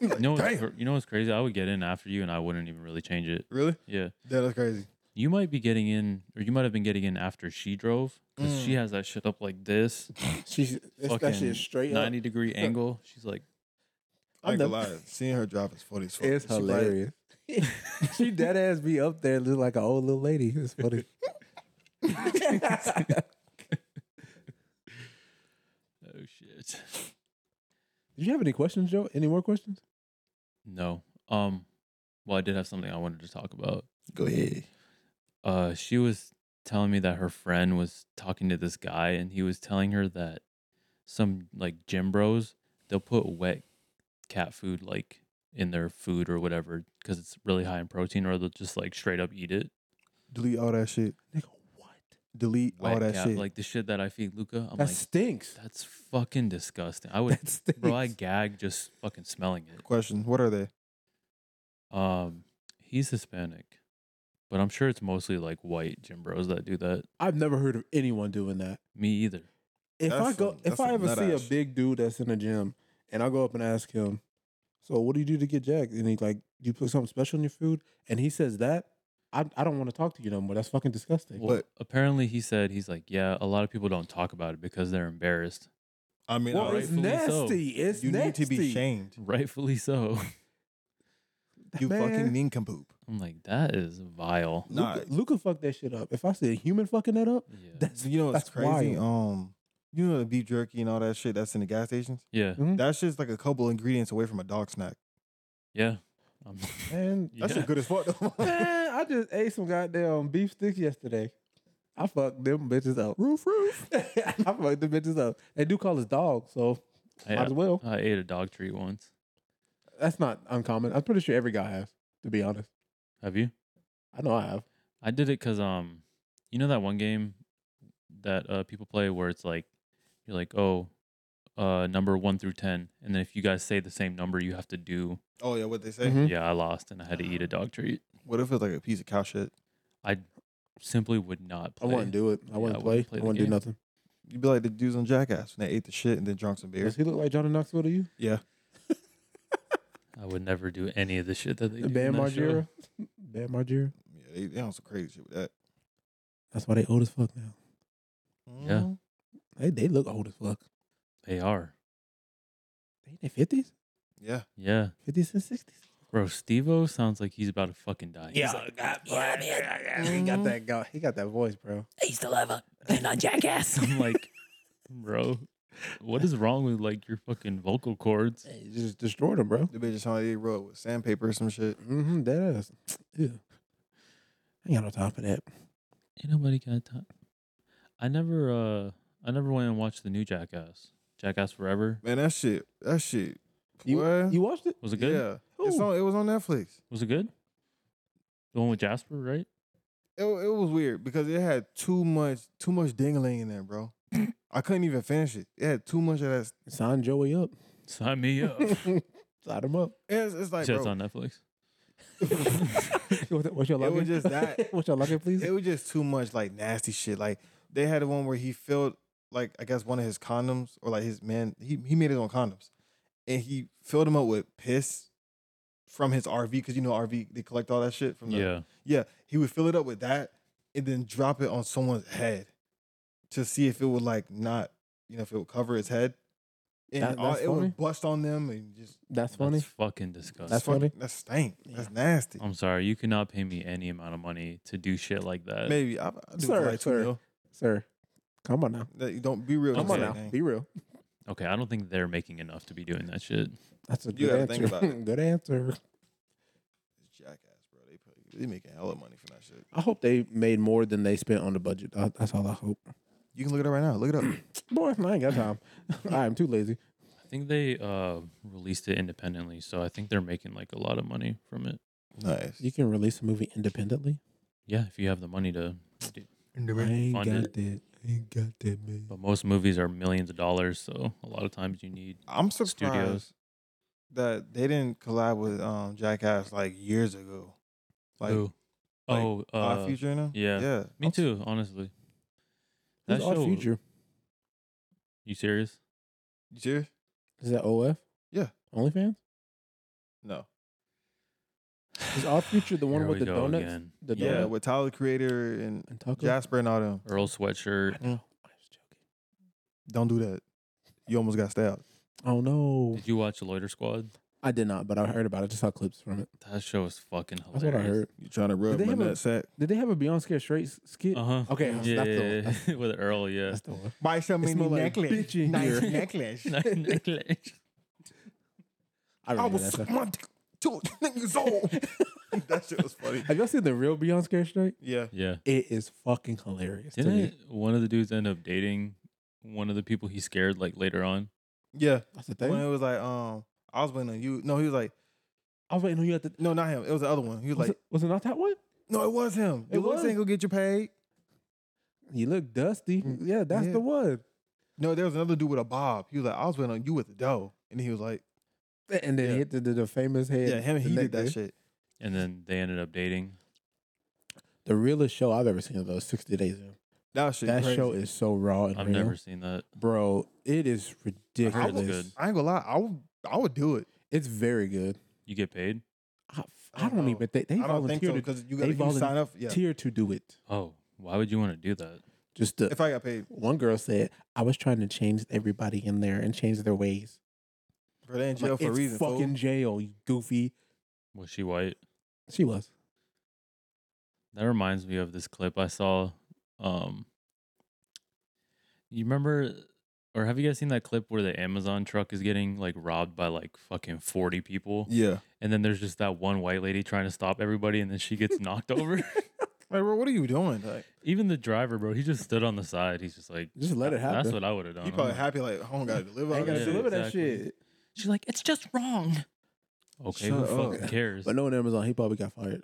Speaker 1: you know, what's,
Speaker 4: damn.
Speaker 1: cra- you know what's crazy? I would get in after you, and I wouldn't even really change it.
Speaker 4: really?
Speaker 1: Yeah,
Speaker 4: Yeah, that's crazy.
Speaker 1: you might be getting in, or you might have been getting in after she drove because she has that shit up like this.
Speaker 2: She's it's, that
Speaker 1: fucking
Speaker 2: shit straight up.
Speaker 1: 90 degree angle. She's like,
Speaker 4: I ain't
Speaker 2: I'm
Speaker 4: gonna lie. Seeing her drive is funny as fuck.
Speaker 2: It's
Speaker 4: She probably-
Speaker 2: hilarious. she dead ass be up there look like an old little lady. It's funny.
Speaker 1: oh shit.
Speaker 2: Did you have any questions, Joe? Any more questions?
Speaker 1: No. Um, well, I did have something I wanted to talk about.
Speaker 4: Go ahead.
Speaker 1: Uh, she was telling me that her friend was talking to this guy and he was telling her that some like gym bros, they'll put wet cat food like in their food or whatever because it's really high in protein or they'll just like straight up eat it.
Speaker 4: Delete all that shit.
Speaker 2: Nigga, what?
Speaker 4: Delete all
Speaker 1: Wet
Speaker 4: that
Speaker 1: cat,
Speaker 4: shit.
Speaker 1: like the shit that I feed Luca. I'm
Speaker 2: that
Speaker 1: like,
Speaker 2: stinks.
Speaker 1: that's fucking disgusting. I would,
Speaker 2: That stinks.
Speaker 1: bro, I gag just fucking smelling it.
Speaker 4: Question: What are they?
Speaker 1: Um, he's Hispanic, but I'm sure it's mostly like white gym bros that do that.
Speaker 2: I've never heard of anyone doing that.
Speaker 1: Me either.
Speaker 2: If I
Speaker 4: That's
Speaker 2: go,
Speaker 4: some-
Speaker 2: if
Speaker 4: that's
Speaker 2: I
Speaker 4: some
Speaker 2: ever
Speaker 4: nut
Speaker 2: see
Speaker 4: ass.
Speaker 2: a big dude that's in the gym, and I go up and ask him, "So what do you do to get jacked?" and he like, "Do you put something special in your food?" and he says that, I, I don't want to talk to you no more. That's fucking disgusting.
Speaker 1: Well,
Speaker 4: But-
Speaker 1: apparently he said he's like, yeah, a lot of people don't talk about it because they're embarrassed.
Speaker 4: I mean, uh,
Speaker 2: Well,
Speaker 4: all right,
Speaker 2: it's
Speaker 1: rightfully so.
Speaker 2: nasty. It's
Speaker 4: you need to be
Speaker 2: nasty.
Speaker 4: shamed.
Speaker 1: Rightfully so.
Speaker 4: You
Speaker 2: Man.
Speaker 4: fucking nincompoop.
Speaker 1: I'm like, that is vile.
Speaker 4: Nah.
Speaker 2: Luca, Luca fucked that shit up. If I see a human fucking that up,
Speaker 1: Yeah.
Speaker 2: that's
Speaker 4: You know what's
Speaker 2: that's
Speaker 4: crazy?
Speaker 2: Wild.
Speaker 4: Um, you know the beef jerky and all that shit that's in the gas stations.
Speaker 1: yeah.
Speaker 4: That's just like a couple ingredients away from a dog snack.
Speaker 1: Yeah. Um,
Speaker 2: And
Speaker 4: That
Speaker 1: Yeah.
Speaker 4: shit good as fuck. though.
Speaker 2: Man, I just ate some goddamn beef sticks yesterday. I fucked them bitches up. Roof, roof. I fucked them bitches up. They do call us dogs, so
Speaker 1: I,
Speaker 2: might as well.
Speaker 1: I ate a dog treat once.
Speaker 2: that's not uncommon. I'm pretty sure every guy has, to be honest.
Speaker 1: Have you?
Speaker 2: I know I have.
Speaker 1: I did it because um, you know that one game that uh people play where it's like you're like oh, uh number one through ten, and then if you guys say the same number, you have to do.
Speaker 4: Oh yeah, what they say?
Speaker 2: Mhm.
Speaker 1: Yeah, I lost and I had to
Speaker 2: Ah.
Speaker 1: eat a dog treat.
Speaker 4: What if it's like a piece of cow shit?
Speaker 1: Simply would not
Speaker 2: I
Speaker 1: play.
Speaker 2: wouldn't do it. I
Speaker 1: Yeah,
Speaker 2: wouldn't
Speaker 1: I wouldn't
Speaker 2: play.
Speaker 1: play
Speaker 2: I
Speaker 1: the
Speaker 2: wouldn't do
Speaker 1: game.
Speaker 2: nothing.
Speaker 4: You'd be like the dudes on Jackass when they ate the shit and then drunk some beer.
Speaker 2: Does he look like Johnny Knoxville to you?
Speaker 4: Yeah,
Speaker 1: I would never do any of the shit that they do.
Speaker 2: Bam
Speaker 1: in that show.
Speaker 2: Margera. Bam Margera.
Speaker 4: yeah, they, they on some crazy shit with that.
Speaker 2: That's why they old as fuck now.
Speaker 1: Yeah.
Speaker 4: Mhm.
Speaker 2: They they look old as fuck.
Speaker 1: They are.
Speaker 2: They in their fifties,
Speaker 4: yeah.
Speaker 1: Yeah,
Speaker 2: fifties and sixties.
Speaker 1: bro. Stevo sounds like he's about to fucking die.
Speaker 2: Yeah, God, yeah, yeah, yeah. He got that guy. He got that voice, bro.
Speaker 3: I used to love it. on Jackass.
Speaker 1: I'm like, bro, what is wrong with like your fucking vocal cords?
Speaker 2: Hey, you just destroyed him, bro.
Speaker 4: The bitch on they wrote with sandpaper or some shit.
Speaker 2: Mm-hmm. That ass. Ew. I ain't got no time for that.
Speaker 1: Ain't nobody got time. I never, uh, I never went and watched the new Jackass. Jackass Forever
Speaker 4: Man, that shit, that shit.
Speaker 2: You
Speaker 4: What?
Speaker 2: you watched it?
Speaker 1: was it good?
Speaker 4: Yeah, it's
Speaker 2: Who?
Speaker 4: on, it was on Netflix.
Speaker 1: Was it good? The one with Jasper, right?
Speaker 4: It, wa- it was weird because it had too much too much dingling in there, bro. I couldn't even finish it. It had too much of that. s-
Speaker 2: Sign Joey up.
Speaker 1: Sign me up. You
Speaker 2: Sign him up.
Speaker 4: It's, it's like,
Speaker 1: said it's
Speaker 4: bro,
Speaker 1: on Netflix.
Speaker 2: What's your
Speaker 4: It
Speaker 2: lucky?
Speaker 4: was just that.
Speaker 2: What's your lucky, please?
Speaker 4: it was just too much like nasty shit. Like they had one where he filled like I guess one of his condoms or like his man he he made his own condoms, and he filled them up with piss from his RV because you know RV they collect all that shit from the
Speaker 1: Yeah.
Speaker 4: Yeah, he would fill it up with that and then drop it on someone's head to see if it would like not, you know, if it would cover his head. And
Speaker 2: That-
Speaker 4: all,
Speaker 2: that's
Speaker 4: it
Speaker 2: funny.
Speaker 4: would bust on them and just
Speaker 2: That's funny.
Speaker 1: That's fucking disgusting.
Speaker 2: That's
Speaker 4: fuck-
Speaker 2: funny.
Speaker 4: That's stank. That's
Speaker 2: Yeah.
Speaker 4: nasty.
Speaker 1: I'm sorry, you cannot pay me any amount of money to do shit like that.
Speaker 4: Maybe I, I do it for
Speaker 2: Sir,
Speaker 4: like two
Speaker 2: sir.
Speaker 4: mil.
Speaker 2: Sir, come on now.
Speaker 4: That you don't be real.
Speaker 2: Come on
Speaker 4: just say
Speaker 2: now.
Speaker 4: it, gang.
Speaker 2: Be real.
Speaker 1: Okay, I don't think they're making enough to be doing that shit.
Speaker 2: That's a
Speaker 4: You
Speaker 2: good
Speaker 4: gotta
Speaker 2: answer.
Speaker 4: think about it.
Speaker 2: good answer.
Speaker 4: It's jackass, bro. They probably, they making hella money from that shit.
Speaker 2: I hope they made more than they spent on the budget. Uh, That's all I hope.
Speaker 4: You can look it up right now. Look it up.
Speaker 2: Boy, I ain't got time. I am too lazy.
Speaker 1: I think they uh released it independently, so I think they're making like a lot of money from it.
Speaker 4: nice.
Speaker 2: You can release a movie independently.
Speaker 1: Yeah, if you have the money to.
Speaker 2: I ain't
Speaker 1: Fund
Speaker 2: got
Speaker 1: it.
Speaker 2: that. I ain't got that, man.
Speaker 1: But most movies are millions of dollars, so a lot of times you need.
Speaker 4: I'm surprised
Speaker 1: Studios.
Speaker 4: that they didn't collab with um, Jackass like years ago. Like
Speaker 1: Who?
Speaker 4: like
Speaker 1: oh, uh,
Speaker 4: Odd Future and them.
Speaker 1: yeah.
Speaker 4: yeah.
Speaker 1: me
Speaker 4: I'm su-
Speaker 1: too. Honestly,
Speaker 2: That's our future.
Speaker 1: You serious?
Speaker 4: You serious?
Speaker 2: Is that OF?
Speaker 4: Yeah.
Speaker 2: OnlyFans?
Speaker 4: No.
Speaker 2: Is our future the one
Speaker 1: Here
Speaker 2: with
Speaker 1: we
Speaker 2: the
Speaker 1: go
Speaker 2: donuts?
Speaker 1: again.
Speaker 2: The
Speaker 4: Yeah,
Speaker 2: donut
Speaker 4: with Tyler the Creator and
Speaker 2: and taco.
Speaker 4: Jasper and all them.
Speaker 1: Earl sweatshirt.
Speaker 2: I know. I was joking.
Speaker 4: Don't do that. You almost got stabbed.
Speaker 2: Oh no,
Speaker 1: Did you watch Loiter Squad?
Speaker 2: I did not, but I heard about it. Just saw clips from it.
Speaker 1: That show is fucking
Speaker 2: That's
Speaker 1: hilarious.
Speaker 2: what I heard.
Speaker 4: You trying to rub
Speaker 2: they
Speaker 4: my
Speaker 2: have a-
Speaker 4: nutsack?
Speaker 2: Did they have a Beyond Scared Straight s- skit?
Speaker 1: Uh huh.
Speaker 2: Okay,
Speaker 1: Yeah,
Speaker 2: that's the one.
Speaker 1: yeah,
Speaker 2: That's-
Speaker 1: yeah. with Earl. Yeah.
Speaker 2: That's the one.
Speaker 4: Buy some
Speaker 2: It smell like bitch in here.
Speaker 4: necklace.
Speaker 1: Necklace.
Speaker 2: I
Speaker 4: I
Speaker 2: remember
Speaker 4: was
Speaker 2: that
Speaker 4: suck
Speaker 2: stuff.
Speaker 4: my dick till niggas old. that shit was funny.
Speaker 2: Have y'all seen the real Beyond Scared Straight?
Speaker 4: Yeah.
Speaker 1: yeah.
Speaker 2: It is fucking hilarious. to me.
Speaker 1: Didn't one of the dudes end up dating one of the people he scared like later on?
Speaker 4: Yeah.
Speaker 2: That's the
Speaker 4: When it
Speaker 2: thing.
Speaker 4: was like, um, I was waiting on you. No, he was like,
Speaker 2: I was waiting on you at the.
Speaker 4: no, not him. It was the other one. He was,
Speaker 2: Was,
Speaker 4: like,
Speaker 2: it, was it not that one?
Speaker 4: no, it was him.
Speaker 2: It
Speaker 4: You
Speaker 2: was.
Speaker 4: looks ain't gonna get you paid.
Speaker 2: You look dusty.
Speaker 4: Mm,
Speaker 2: Yeah, that's
Speaker 4: yeah.
Speaker 2: the one.
Speaker 4: No, there was another dude with a bob. He was like, I was waiting on you with the dough. And he was like,
Speaker 2: And then
Speaker 4: Yeah.
Speaker 2: hit the, the, the famous head.
Speaker 4: yeah, him,
Speaker 2: the
Speaker 4: he
Speaker 2: neck
Speaker 4: did that
Speaker 2: there.
Speaker 4: shit.
Speaker 1: And then they ended up dating.
Speaker 2: The realest show I've ever seen though. is Sixty Days in.
Speaker 4: That shit.
Speaker 2: That
Speaker 4: crazy.
Speaker 2: show is so raw and
Speaker 1: I've
Speaker 2: real,
Speaker 1: never seen that.
Speaker 2: bro. It is
Speaker 1: heard it's
Speaker 2: ridiculous.
Speaker 1: good.
Speaker 4: I ain't gonna lie. I would, I would do it.
Speaker 2: It's very good.
Speaker 1: You get paid?
Speaker 2: I,
Speaker 4: I
Speaker 2: I
Speaker 4: don't
Speaker 2: don't
Speaker 4: know.
Speaker 2: even think they
Speaker 4: I don't
Speaker 2: volunteer
Speaker 4: think so
Speaker 2: to
Speaker 4: because you
Speaker 2: they
Speaker 4: got to sign up. Yeah.
Speaker 2: volunteer to do it.
Speaker 1: Oh, why would you want to do that?
Speaker 2: Just to,
Speaker 4: If I got paid,
Speaker 2: one girl said, "I was trying to change everybody in there and change their ways."
Speaker 4: bro, they in
Speaker 2: I'm
Speaker 4: jail
Speaker 2: like,
Speaker 4: for a
Speaker 2: it's
Speaker 4: reason. fool.
Speaker 2: Fucking jail, you goofy.
Speaker 1: Was she white?
Speaker 2: She was.
Speaker 1: That reminds me of this clip I saw. Um, you remember, or have you guys seen that clip where the Amazon truck is getting like robbed by like fucking 40 people?
Speaker 4: Yeah.
Speaker 1: And then there's just that one white lady trying to stop everybody and then she gets knocked over.
Speaker 4: Like, bro, what are you doing? Like,
Speaker 1: Even the driver, bro, he just stood on the side. He's just like,
Speaker 2: Just let it happen.
Speaker 1: that's what I would have done.
Speaker 4: you
Speaker 1: I'm
Speaker 4: probably
Speaker 1: like,
Speaker 4: happy like, I don't gotta deliver.
Speaker 2: I
Speaker 4: all
Speaker 2: ain't gotta
Speaker 4: that
Speaker 1: Yeah,
Speaker 4: shit.
Speaker 2: deliver that
Speaker 1: exactly.
Speaker 2: shit.
Speaker 1: She's like, it's just wrong. Okay,
Speaker 4: Shut
Speaker 1: who
Speaker 4: up.
Speaker 1: fucking cares?
Speaker 2: But knowing Amazon, he probably got fired.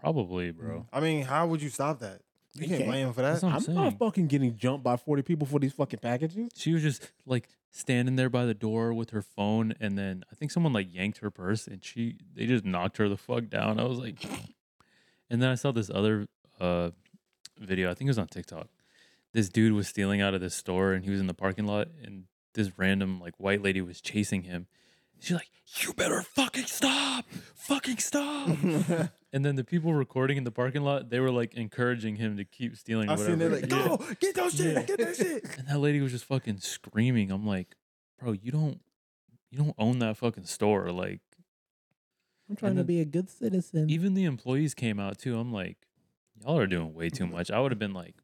Speaker 1: Probably, bro.
Speaker 4: I mean, how would you stop that? You
Speaker 2: You
Speaker 4: can't
Speaker 2: can't.
Speaker 4: blame him for
Speaker 1: That's
Speaker 4: that.
Speaker 1: what I'm,
Speaker 2: I'm
Speaker 1: saying.
Speaker 2: not fucking getting jumped by 40 people for these fucking packages.
Speaker 1: she was just like standing there by the door with her phone, and then I think someone like yanked her purse, and she they just knocked her the fuck down. I was like, and then I saw this other uh video. I think it was on TikTok. This dude was stealing out of this store, and he was in the parking lot, and this random like white lady was chasing him. She's like, "You better fucking stop, fucking stop." And then the people recording in the parking lot, they were like encouraging him to keep stealing. or
Speaker 4: I seen
Speaker 1: whatever.
Speaker 4: it like,
Speaker 1: Yeah.
Speaker 4: go get those shit,
Speaker 1: Yeah.
Speaker 4: get that shit.
Speaker 1: And that lady was just fucking screaming. I'm like, bro, you don't, you don't own that fucking store. Like,
Speaker 2: I'm
Speaker 1: trying to
Speaker 2: be a good citizen.
Speaker 1: even the employees came out too. I'm like, y'all are doing way too much. I would have been like,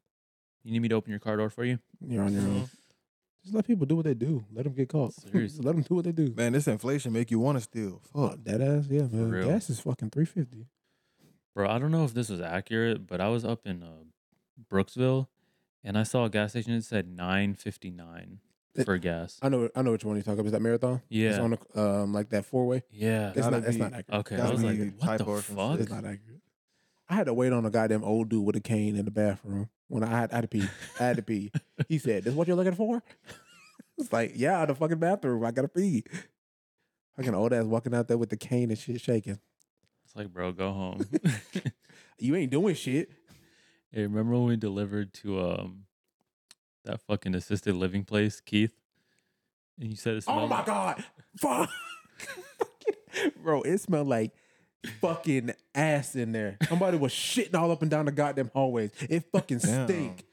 Speaker 1: you need me to open your car door for you?
Speaker 2: You're on your own. Just let people do what they do. Let them get caught.
Speaker 1: Seriously.
Speaker 2: Just let them do what they do.
Speaker 4: Man, this inflation make you want to steal.
Speaker 2: Fuck,
Speaker 4: Fuck.
Speaker 2: that ass. Yeah, man.
Speaker 1: real.
Speaker 2: Gas is fucking 350.
Speaker 1: Bro, I don't know if this was accurate, but I was up in uh, Brooksville, and I saw a gas station that said 9.59
Speaker 2: It-
Speaker 1: for gas.
Speaker 2: I know I know which one you're talking about. Is that marathon? It's
Speaker 1: Yeah.
Speaker 2: on a, um like that four way.
Speaker 1: yeah.
Speaker 2: It's
Speaker 4: Gotta
Speaker 2: not that's
Speaker 4: be-
Speaker 2: not accurate.
Speaker 1: Okay. I
Speaker 4: gotta
Speaker 1: was like,
Speaker 4: be
Speaker 1: what the
Speaker 4: typo or some shit.
Speaker 1: fuck?
Speaker 2: It's not accurate. I had to wait on a goddamn old dude with a cane in the bathroom when I had, I had to pee. I had to pee. He said, "This what you're looking for?" it's like, yeah, the fucking bathroom. I gotta pee. Fucking old ass walking out there with the cane and shit shaking.
Speaker 1: It's like, bro, go home.
Speaker 2: You ain't doing shit.
Speaker 1: Hey, remember when we delivered to um that fucking assisted living place, Keith? And you said it smelled
Speaker 2: Oh my god, fuck, bro! It smelled like fucking ass in there. Somebody was shitting all up and down the goddamn hallways. It fucking
Speaker 4: Damn.
Speaker 2: stink.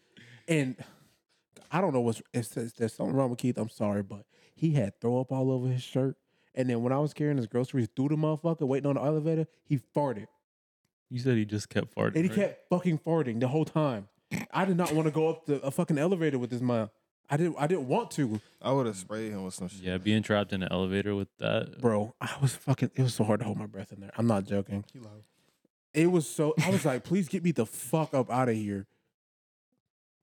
Speaker 2: And I don't know what's if there's, there's something wrong with Keith. I'm sorry, but he had throw up all over his shirt. And then when I was carrying his groceries through the motherfucker, waiting on the elevator, he farted,
Speaker 1: You said he just kept farting.
Speaker 2: and he
Speaker 1: right?
Speaker 2: kept fucking farting the whole time. I did not want to go up the a fucking elevator with this man. I didn't. I didn't want to.
Speaker 4: I would have sprayed him with some shit.
Speaker 1: Yeah, being trapped in an elevator with that.
Speaker 2: bro i was fucking it was so hard to hold my breath in there i'm not joking
Speaker 4: He loud.
Speaker 2: it was so i was like please get me the fuck up out of here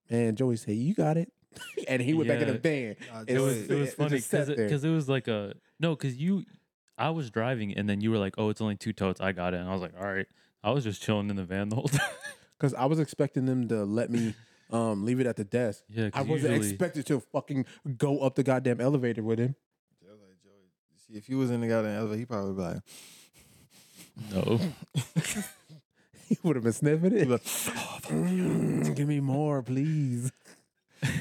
Speaker 2: man joey said you got it and he went back in the
Speaker 1: Yeah.
Speaker 2: van
Speaker 4: Nah,
Speaker 1: It
Speaker 2: It
Speaker 1: was
Speaker 2: was-
Speaker 1: it was
Speaker 2: it
Speaker 1: funny
Speaker 2: just sat
Speaker 1: because it,
Speaker 2: there.
Speaker 1: 'cause it was like a no because you I was driving and then you were like oh it's only two totes I got it and I was like all right I was just chilling in the van the whole time
Speaker 2: because i was expecting them to let me um leave it at the desk
Speaker 1: yeah 'cause
Speaker 2: i wasn't
Speaker 1: usually-
Speaker 2: expected to fucking go up the goddamn elevator with him
Speaker 4: I was like, Joey, see, if he was in the goddamn elevator, he probably would be like,
Speaker 1: no
Speaker 2: he would have been sniffing it Mm, give me more please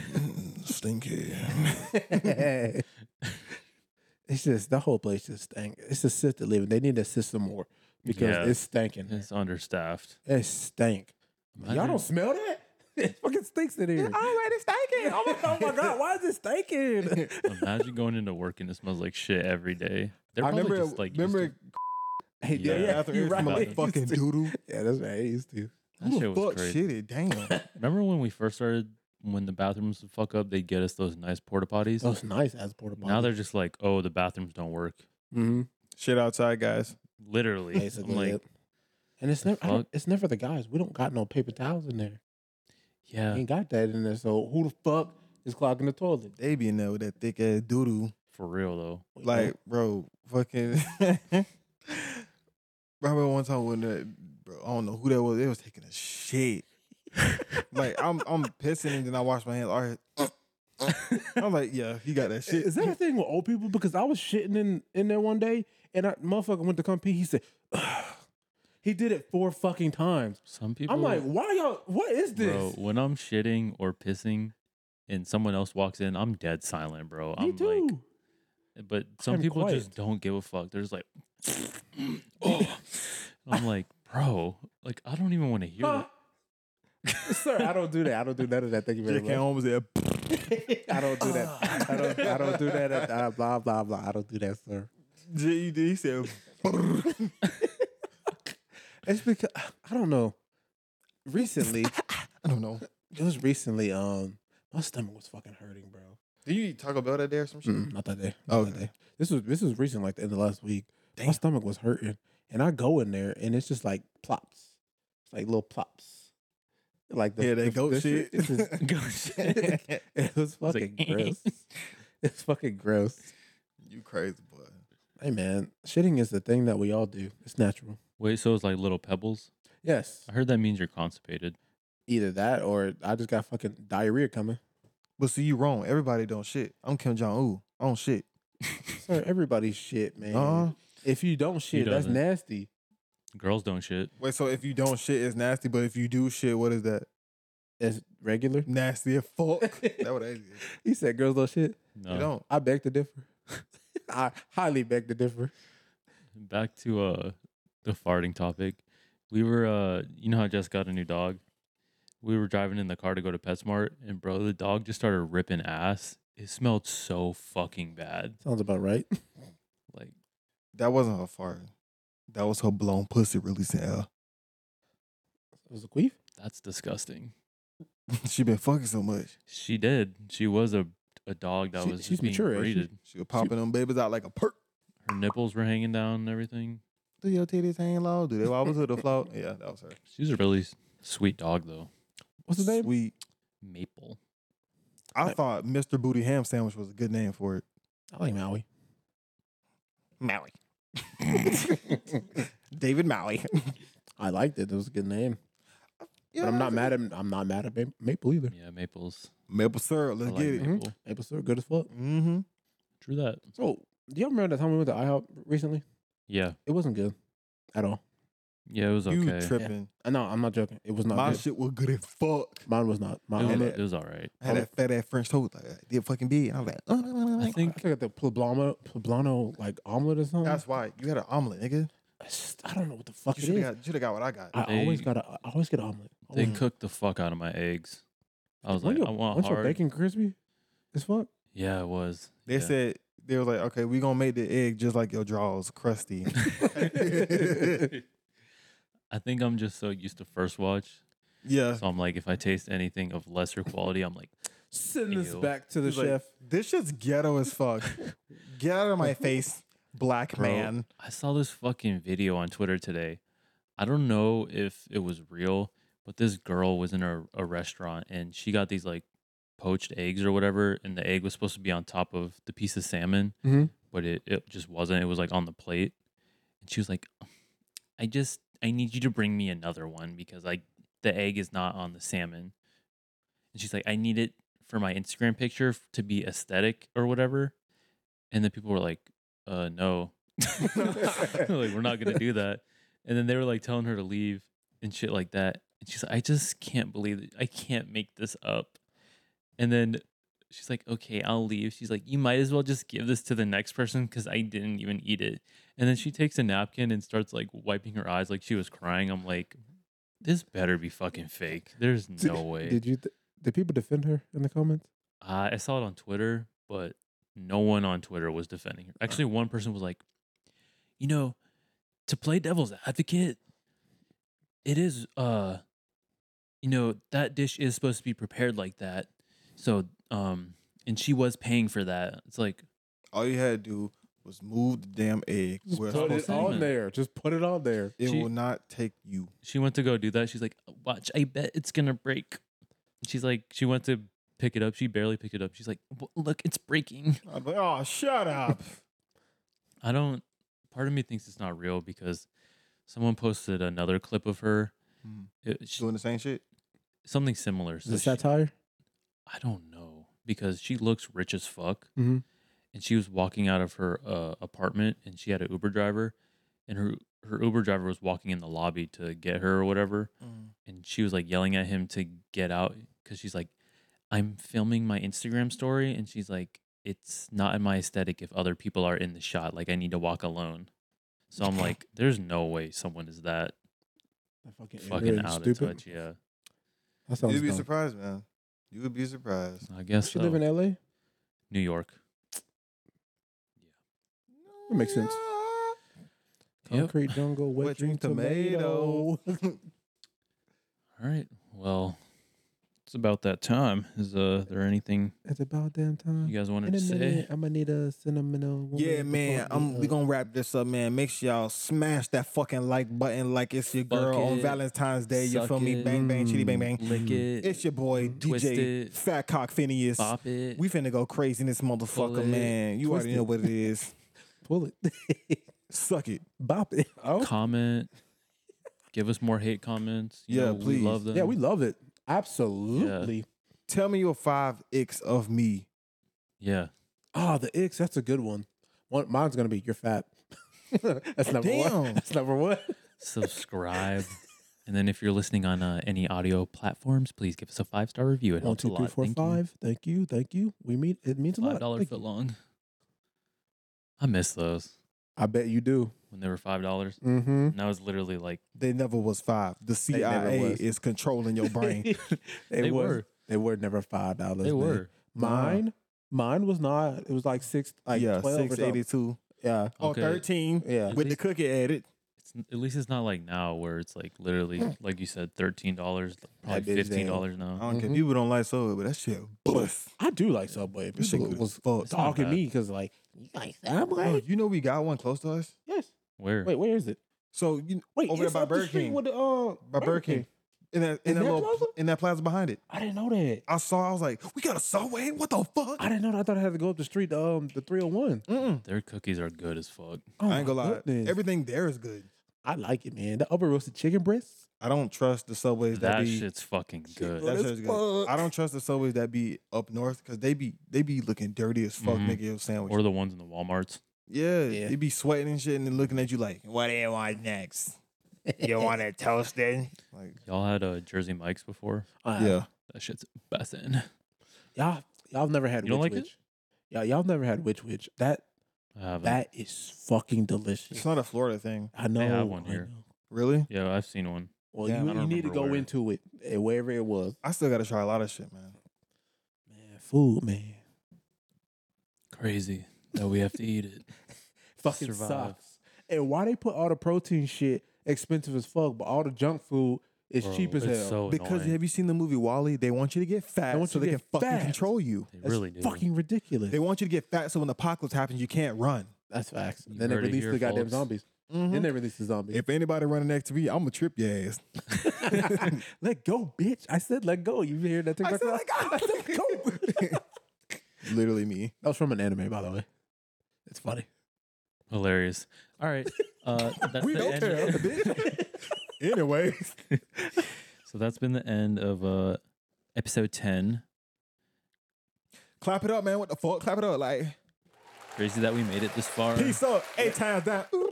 Speaker 4: stinky.
Speaker 2: it's just the whole place just stank it's assisted living they need to assist them more because
Speaker 1: Yeah.
Speaker 2: it's stinking
Speaker 1: it's understaffed
Speaker 2: It stank. Y'all
Speaker 1: Imagine-
Speaker 2: don't smell that? It fucking stinks in here.
Speaker 3: already stinking.
Speaker 2: Oh my, oh my god, why is it stinking?
Speaker 1: imagine going into work and it smells like shit every day they're
Speaker 4: I
Speaker 1: probably
Speaker 4: remember,
Speaker 1: just like used
Speaker 4: remember
Speaker 1: to-
Speaker 2: hey,
Speaker 1: Yeah.
Speaker 2: yeah, yeah,
Speaker 4: after
Speaker 2: you
Speaker 4: it smelled
Speaker 2: right.
Speaker 4: like fucking doodoo.
Speaker 2: Yeah, that's what I used to.
Speaker 1: that
Speaker 4: Who
Speaker 1: shit
Speaker 4: the
Speaker 1: was
Speaker 4: fuck
Speaker 1: crazy
Speaker 4: shitted? Damn.
Speaker 1: Remember when we first started, when the bathrooms would fuck up, they'd get us those nice porta potties.
Speaker 2: That was nice as porta
Speaker 1: now they're just like, oh, the bathrooms don't work.
Speaker 2: mm-hmm.
Speaker 4: Shit outside, guys.
Speaker 1: Literally,
Speaker 2: basically
Speaker 1: I'm like,
Speaker 2: it. And it's never, I don't,
Speaker 1: fuck?
Speaker 2: it's never the guys. We don't got no paper towels in there.
Speaker 1: yeah,
Speaker 2: Ain't got that in there. So who the fuck is clogging the toilet?
Speaker 4: They be in there with that thick ass doodoo.
Speaker 1: for real though.
Speaker 4: Like, bro, fucking. Remember one time when that, bro, I don't know who that was. They was taking a shit. like I'm, I'm pissing and then I wash my hands. All right, I'm like, yeah, he got that shit.
Speaker 2: Is that a thing with old people? Because I was shitting in, in there one day, and I motherfucker went to come pee. He said, he did it four fucking times.
Speaker 1: Some people,
Speaker 2: I'm like, why y'all? What is this?
Speaker 1: bro, when I'm shitting or pissing, and someone else walks in, I'm dead silent, bro.
Speaker 2: Me
Speaker 1: I'm
Speaker 2: too.
Speaker 1: like, but some
Speaker 2: I'm
Speaker 1: people just
Speaker 2: quiet.
Speaker 1: don't give a fuck. They're just like, oh, I'm like, bro, like I don't even want to hear
Speaker 2: Huh?
Speaker 1: that.
Speaker 2: Sir, I don't do that. I don't do none of that. Thank you very
Speaker 4: Jack came
Speaker 2: much.
Speaker 4: home was there.
Speaker 2: I don't do that. I don't. I don't do that. at- uh, blah blah blah. I don't do that, sir.
Speaker 4: He he said, "Brrr."
Speaker 2: It's because I don't know. Recently,
Speaker 4: I don't know.
Speaker 2: it was recently. Um, my stomach was fucking hurting, bro.
Speaker 4: Do you eat Taco Bell that day or some shit?
Speaker 2: Mm, not that day. Not that
Speaker 4: Okay.
Speaker 2: day. This was this was recent, like the end of last week. My stomach was hurting, and I go in there, and it's just like plops, it's like little plops, like the,
Speaker 4: Yeah, they
Speaker 2: the-
Speaker 4: goat
Speaker 2: the
Speaker 4: shit.
Speaker 2: It's just-
Speaker 1: Go shit.
Speaker 2: it was
Speaker 1: like,
Speaker 2: fucking gross. It's fucking gross.
Speaker 4: You crazy boy.
Speaker 2: Hey man, shitting is the thing that we all do. It's natural.
Speaker 1: Wait, so it's like little pebbles?
Speaker 2: Yes.
Speaker 1: I heard that means you're constipated.
Speaker 2: Either that or I just got fucking diarrhea coming.
Speaker 4: But see, you wrong. Everybody don't shit. I'm Kim Jong Un. I don't shit.
Speaker 2: Sir, everybody's shit, man.
Speaker 4: Uh-huh.
Speaker 2: If you don't shit, that's
Speaker 1: doesn't.
Speaker 2: nasty.
Speaker 1: Girls don't shit.
Speaker 4: Wait, so if you don't shit, it's nasty. But if you do shit, what is that?
Speaker 2: That's regular.
Speaker 4: Nasty as fuck. that what that is.
Speaker 2: He said girls don't shit.
Speaker 1: No.
Speaker 4: You don't.
Speaker 2: I beg to differ. I highly beg to differ.
Speaker 1: Back to uh the farting topic. We were uh you know how I just got a new dog. We were driving in the car to go to PetSmart and bro, the dog just started ripping ass. It smelled so fucking bad.
Speaker 2: Sounds about right.
Speaker 1: Like
Speaker 4: That wasn't her fart. That was her blown pussy releasing air.
Speaker 2: It was a queef.
Speaker 1: that's disgusting.
Speaker 4: she been fucking so much.
Speaker 1: She did. She was a a dog that
Speaker 2: She-
Speaker 1: was
Speaker 2: she's
Speaker 1: just being
Speaker 2: mature, ain't she?
Speaker 1: breeded.
Speaker 4: She was popping them babies out like a perk.
Speaker 1: Her nipples were hanging down and everything.
Speaker 4: Do your titties hang low? Do they wobble to the floor? Yeah, that was her.
Speaker 1: She's a really s- sweet dog though.
Speaker 2: What's his name?
Speaker 4: Sweet.
Speaker 1: Maple.
Speaker 4: I thought Mr. Booty Ham Sandwich was a good name for it.
Speaker 2: I like Maui.
Speaker 4: Maui. David Maui.
Speaker 2: I liked it. It was a good name. but I'm not mad at I'm not mad at Ma- Maple either.
Speaker 1: Yeah, Maple's.
Speaker 4: Maple syrup.
Speaker 1: I
Speaker 4: Let's
Speaker 1: like
Speaker 4: get it.
Speaker 1: Maple.
Speaker 2: Maple syrup, good as fuck.
Speaker 4: Mm-hmm.
Speaker 1: True that.
Speaker 2: So, do y'all remember the time we went to IHOP recently?
Speaker 1: Yeah.
Speaker 2: It wasn't good at all.
Speaker 1: Yeah, it was okay.
Speaker 4: You tripping.
Speaker 2: I know I'm not joking. It was not.
Speaker 4: My
Speaker 2: good.
Speaker 4: shit was good as fuck.
Speaker 2: Mine was not.
Speaker 1: It
Speaker 2: Mine.
Speaker 1: was,
Speaker 2: was-
Speaker 1: it was all right.
Speaker 4: I had that fat ass French toast. Like, I did fucking big. And I was like, "Uh,
Speaker 1: I
Speaker 2: I
Speaker 1: think
Speaker 2: think I got the poblano, poblano like omelet or something.
Speaker 4: that's why you had an omelet, nigga.
Speaker 2: It's just- I don't know what the fuck
Speaker 4: You
Speaker 2: it
Speaker 4: should
Speaker 2: is.
Speaker 4: have got, should have got what I got.
Speaker 2: I always
Speaker 1: They-
Speaker 2: got a, I always get an omelet.
Speaker 1: they
Speaker 2: Always.
Speaker 1: cooked the fuck out of my eggs. I was
Speaker 2: Weren't
Speaker 1: like,
Speaker 2: Mm. your-
Speaker 1: I want
Speaker 2: weren't your
Speaker 1: hard.
Speaker 2: bacon crispy as fuck.
Speaker 1: Yeah, it was.
Speaker 4: They
Speaker 1: yeah.
Speaker 4: said they was like, okay, we gonna make the egg just like your drawers, crusty.
Speaker 1: I think I'm just so used to first watch.
Speaker 4: yeah.
Speaker 1: So I'm like, if I taste anything of lesser quality, I'm like,
Speaker 2: Send
Speaker 1: this Ew. back
Speaker 2: to the
Speaker 4: He's like, this shit's ghetto as fuck. Get out of my face, black
Speaker 1: Bro.
Speaker 4: man.
Speaker 1: I saw this fucking video on Twitter today. I don't know if it was real, but this girl was in a, a restaurant and she got these like poached eggs or whatever, and the egg was supposed to be on top of the piece of salmon,
Speaker 2: Mhm.
Speaker 1: but it, it just wasn't. It was like on the plate. And she was like, I just, I need you to bring me another one because like the egg is not on the salmon. And she's like, I need it for my Instagram picture f- to be aesthetic or whatever. And the people were like, uh, no, like we're not gonna do that and then they were like telling her to leave and shit like that and she's like i just can't believe it i can't make this up and then she's like okay i'll leave she's like you might as well just give this to the next person because i didn't even eat it and then she takes a napkin and starts like wiping her eyes like she was crying i'm like this better be fucking fake there's no way
Speaker 2: Did you? Th- did people defend her in the comments?
Speaker 1: uh, I saw it on Twitter, but no one on Twitter was defending her. Actually, one person was like, you know, to play devil's advocate, it is, uh, you know, that dish is supposed to be prepared like that. So, um, and she was paying for that. It's like,
Speaker 4: All you had to do was move the damn egg where it's
Speaker 1: put
Speaker 4: supposed
Speaker 1: it
Speaker 4: to
Speaker 1: on
Speaker 4: be.
Speaker 1: there.
Speaker 2: Just put it on there.
Speaker 4: It
Speaker 1: She-
Speaker 4: will not take you.
Speaker 1: she went to go do that. She's like, watch, I bet it's gonna break. She's like, she went to pick it up. She barely picked it up. She's like, "W- look, it's breaking.
Speaker 4: I'd be like, oh, shut up.
Speaker 1: I don't. Part of me thinks it's not real because someone posted another clip of her.
Speaker 4: Mm.
Speaker 1: It- she-
Speaker 4: Doing the same shit.
Speaker 1: something similar.
Speaker 2: Is
Speaker 1: So
Speaker 2: it
Speaker 1: she-
Speaker 2: satire?
Speaker 1: I don't know because she looks rich as fuck,
Speaker 2: Mhm.
Speaker 1: and she was walking out of her uh, apartment, and she had an Uber driver, and her her Uber driver was walking in the lobby to get her or whatever,
Speaker 4: Mm.
Speaker 1: and she was like yelling at him to get out because she's like, "I'm filming my Instagram story," and she's like, "It's not in my aesthetic if other people are in the shot. Like, I need to walk alone." So I'm like, "There's no way someone is that
Speaker 2: That fucking,
Speaker 1: fucking out of touch." Yeah,
Speaker 2: That sounds
Speaker 4: You'd be
Speaker 2: dumb.
Speaker 4: surprised, man. You would be surprised.
Speaker 1: I guess
Speaker 2: She
Speaker 1: so.
Speaker 2: live in L.A.
Speaker 1: New York.
Speaker 2: That makes sense.
Speaker 1: Yep.
Speaker 2: Concrete jungle, wet, dream tomato.
Speaker 1: All right. Well, it's about that time. Is uh, there anything
Speaker 2: It's about damn time.
Speaker 1: you guys wanted
Speaker 2: In a
Speaker 1: to say?
Speaker 2: minute, I'm gonna need a cinnamon.
Speaker 4: Yeah, man. I'm,
Speaker 2: uh,
Speaker 4: we gonna wrap this up, man. Make sure y'all smash that fucking like button like it's your
Speaker 1: Fuck
Speaker 4: girl on
Speaker 1: it.
Speaker 4: Valentine's Day. You
Speaker 1: Suck
Speaker 4: feel me?
Speaker 1: it.
Speaker 4: Bang, bang, chitty, bang, bang.
Speaker 1: Lick it.
Speaker 4: It's your boy,
Speaker 1: Twist
Speaker 4: DJ
Speaker 1: it.
Speaker 4: Fat Cock Phineas.
Speaker 1: Bop it.
Speaker 4: We finna go crazy in this
Speaker 1: Pull it.
Speaker 4: motherfucker, man. You
Speaker 2: Twist
Speaker 4: already know
Speaker 2: it.
Speaker 4: what it is.
Speaker 2: pull it,
Speaker 4: Suck it.
Speaker 2: bop it. Oh,
Speaker 1: Comment. Give us more hate comments. You
Speaker 4: Yeah,
Speaker 1: know,
Speaker 4: please.
Speaker 1: We love them.
Speaker 2: yeah, we love it. Absolutely.
Speaker 4: Tell me your five icks of me.
Speaker 1: Yeah.
Speaker 2: Oh, the icks. That's a good one. one mine's gonna be you're fat. that's number one.
Speaker 4: Damn.
Speaker 2: That's number one.
Speaker 1: Subscribe. and then if you're listening on uh, any audio platforms, please give us a five star review. It
Speaker 2: One,
Speaker 1: helps
Speaker 2: two,
Speaker 1: a
Speaker 2: three,
Speaker 1: lot.
Speaker 2: four,
Speaker 1: Thank
Speaker 2: five. Thank you, thank you. We meet. It means a
Speaker 1: you. Five
Speaker 2: lot.
Speaker 1: dollar
Speaker 2: Thank
Speaker 1: foot
Speaker 2: you.
Speaker 1: long. I miss those
Speaker 2: I bet you do.
Speaker 1: when they were five dollars.
Speaker 2: Mm-hmm.
Speaker 1: And I was literally like,
Speaker 4: They never was five. The
Speaker 2: never
Speaker 4: CIA
Speaker 2: was.
Speaker 4: is controlling your brain.
Speaker 2: they,
Speaker 1: They
Speaker 2: was-
Speaker 1: were.
Speaker 2: They were never five dollars.
Speaker 1: they were.
Speaker 2: Mine. Mine was not. It was like six. Like
Speaker 4: yeah,
Speaker 2: twelve or
Speaker 4: six
Speaker 2: something.
Speaker 4: eighty two
Speaker 2: Yeah.
Speaker 4: or
Speaker 1: Okay.
Speaker 4: Oh, thirteen.
Speaker 2: Yeah.
Speaker 4: With the cookie added.
Speaker 1: It's, n- at least it's not like now where it's like literally, like you said, thirteen dollars,
Speaker 2: That
Speaker 1: probably
Speaker 2: bitch
Speaker 1: fifteen
Speaker 2: damn.
Speaker 1: dollars
Speaker 4: I
Speaker 1: now.
Speaker 4: don't care.
Speaker 2: Mhm.
Speaker 4: People don't like soda, but that shit bust.
Speaker 2: I do like Subway.
Speaker 4: That shit
Speaker 2: People
Speaker 4: good
Speaker 2: was
Speaker 4: as fuck.
Speaker 1: It's not
Speaker 2: talking
Speaker 1: bad.
Speaker 2: me because like you like
Speaker 4: Oh,
Speaker 2: Subway.
Speaker 4: you know we got one close to us.
Speaker 2: Yes.
Speaker 1: Where?
Speaker 2: Wait, where is it?
Speaker 4: So you
Speaker 2: Wait,
Speaker 4: Over there
Speaker 2: it's
Speaker 4: by
Speaker 2: up the
Speaker 4: Burger
Speaker 2: street
Speaker 4: King.
Speaker 2: With the, uh,
Speaker 4: by Burger King. In that in
Speaker 2: Is
Speaker 4: that,
Speaker 2: there a
Speaker 4: little
Speaker 2: plaza?
Speaker 4: in that plaza behind it.
Speaker 2: I didn't know that.
Speaker 4: I saw. I was like, we got a subway. What the fuck?
Speaker 2: I didn't know. That. I thought I had to go up the street. To, um, the three hundred one.
Speaker 4: Mm-mm.
Speaker 1: Their cookies are good as fuck.
Speaker 2: Oh
Speaker 4: I ain't
Speaker 2: my
Speaker 4: gonna lie.
Speaker 2: goodness.
Speaker 4: Everything there is good.
Speaker 2: I like it, man. The upper roasted chicken breasts.
Speaker 4: I don't trust the subways that,
Speaker 1: That
Speaker 4: be.
Speaker 1: shit's fucking good.
Speaker 4: that shit's good. I don't trust the subways that be up north because they be they be looking dirty as fuck,
Speaker 1: Mhm.
Speaker 4: making your sandwich.
Speaker 1: Or the ones in the Walmarts.
Speaker 4: yeah,
Speaker 2: Yeah.
Speaker 4: they be sweating and shit, and then looking at you like,
Speaker 5: What do you want next? You want it toasted?
Speaker 4: like
Speaker 1: Y'all had uh, Jersey Mike's before.
Speaker 2: Uh,
Speaker 4: yeah.
Speaker 1: That shit's bessin'.
Speaker 2: Y'all, y'all never had.
Speaker 1: You don't
Speaker 2: witch
Speaker 1: like it?
Speaker 2: witch. Yeah, y'all never had witch witch. That
Speaker 1: I haven't.
Speaker 2: that is fucking
Speaker 4: It's
Speaker 2: delicious.
Speaker 4: not a Florida thing,
Speaker 2: I know.
Speaker 1: one
Speaker 2: I
Speaker 1: here.
Speaker 2: know.
Speaker 4: really.
Speaker 1: yeah, I've seen one.
Speaker 2: Well,
Speaker 4: Yeah, I
Speaker 2: you,
Speaker 1: don't
Speaker 2: you need to
Speaker 1: remember
Speaker 2: go
Speaker 1: where.
Speaker 2: into it, eh, wherever it was.
Speaker 4: I still got to try a lot of shit, man.
Speaker 2: Man, food, man.
Speaker 1: Crazy that we have to eat it.
Speaker 2: Fucking
Speaker 1: Survive.
Speaker 2: sucks. And why they put all the protein shit expensive as fuck, but all the junk food is
Speaker 1: Bro,
Speaker 2: cheap as
Speaker 1: it's
Speaker 2: hell.
Speaker 1: So
Speaker 4: because
Speaker 1: annoying.
Speaker 4: have you seen the movie Wally? They want you to get
Speaker 2: They
Speaker 4: fat
Speaker 2: want
Speaker 4: so
Speaker 2: you
Speaker 4: they
Speaker 2: to
Speaker 4: can
Speaker 2: get
Speaker 4: fucking
Speaker 2: fat.
Speaker 4: control you.
Speaker 1: they
Speaker 2: That's
Speaker 1: really do.
Speaker 2: fucking ridiculous.
Speaker 4: They want you to get fat so when the apocalypse happens, you can't run.
Speaker 2: That's facts.
Speaker 1: You
Speaker 2: then they
Speaker 1: heard it
Speaker 2: release
Speaker 1: here,
Speaker 2: the goddamn
Speaker 1: folks.
Speaker 2: zombies. Then they release the zombies.
Speaker 4: If anybody running next to me, I'm gonna trip your ass.
Speaker 2: let go, bitch. I said let go. You hear that TikTok?
Speaker 4: "Oh
Speaker 2: now?
Speaker 4: Literally me.
Speaker 2: That was from an anime, by the way. It's funny.
Speaker 1: Hilarious. All right. Uh, that's
Speaker 4: We
Speaker 1: the
Speaker 4: don't
Speaker 1: end-
Speaker 4: care. anyway,
Speaker 1: so that's been the end of uh, episode 10.
Speaker 4: clap it up, man. What the fuck? Clap it up. Like,
Speaker 1: Crazy that we made it this far.
Speaker 4: peace up. Eight times down. Ooh.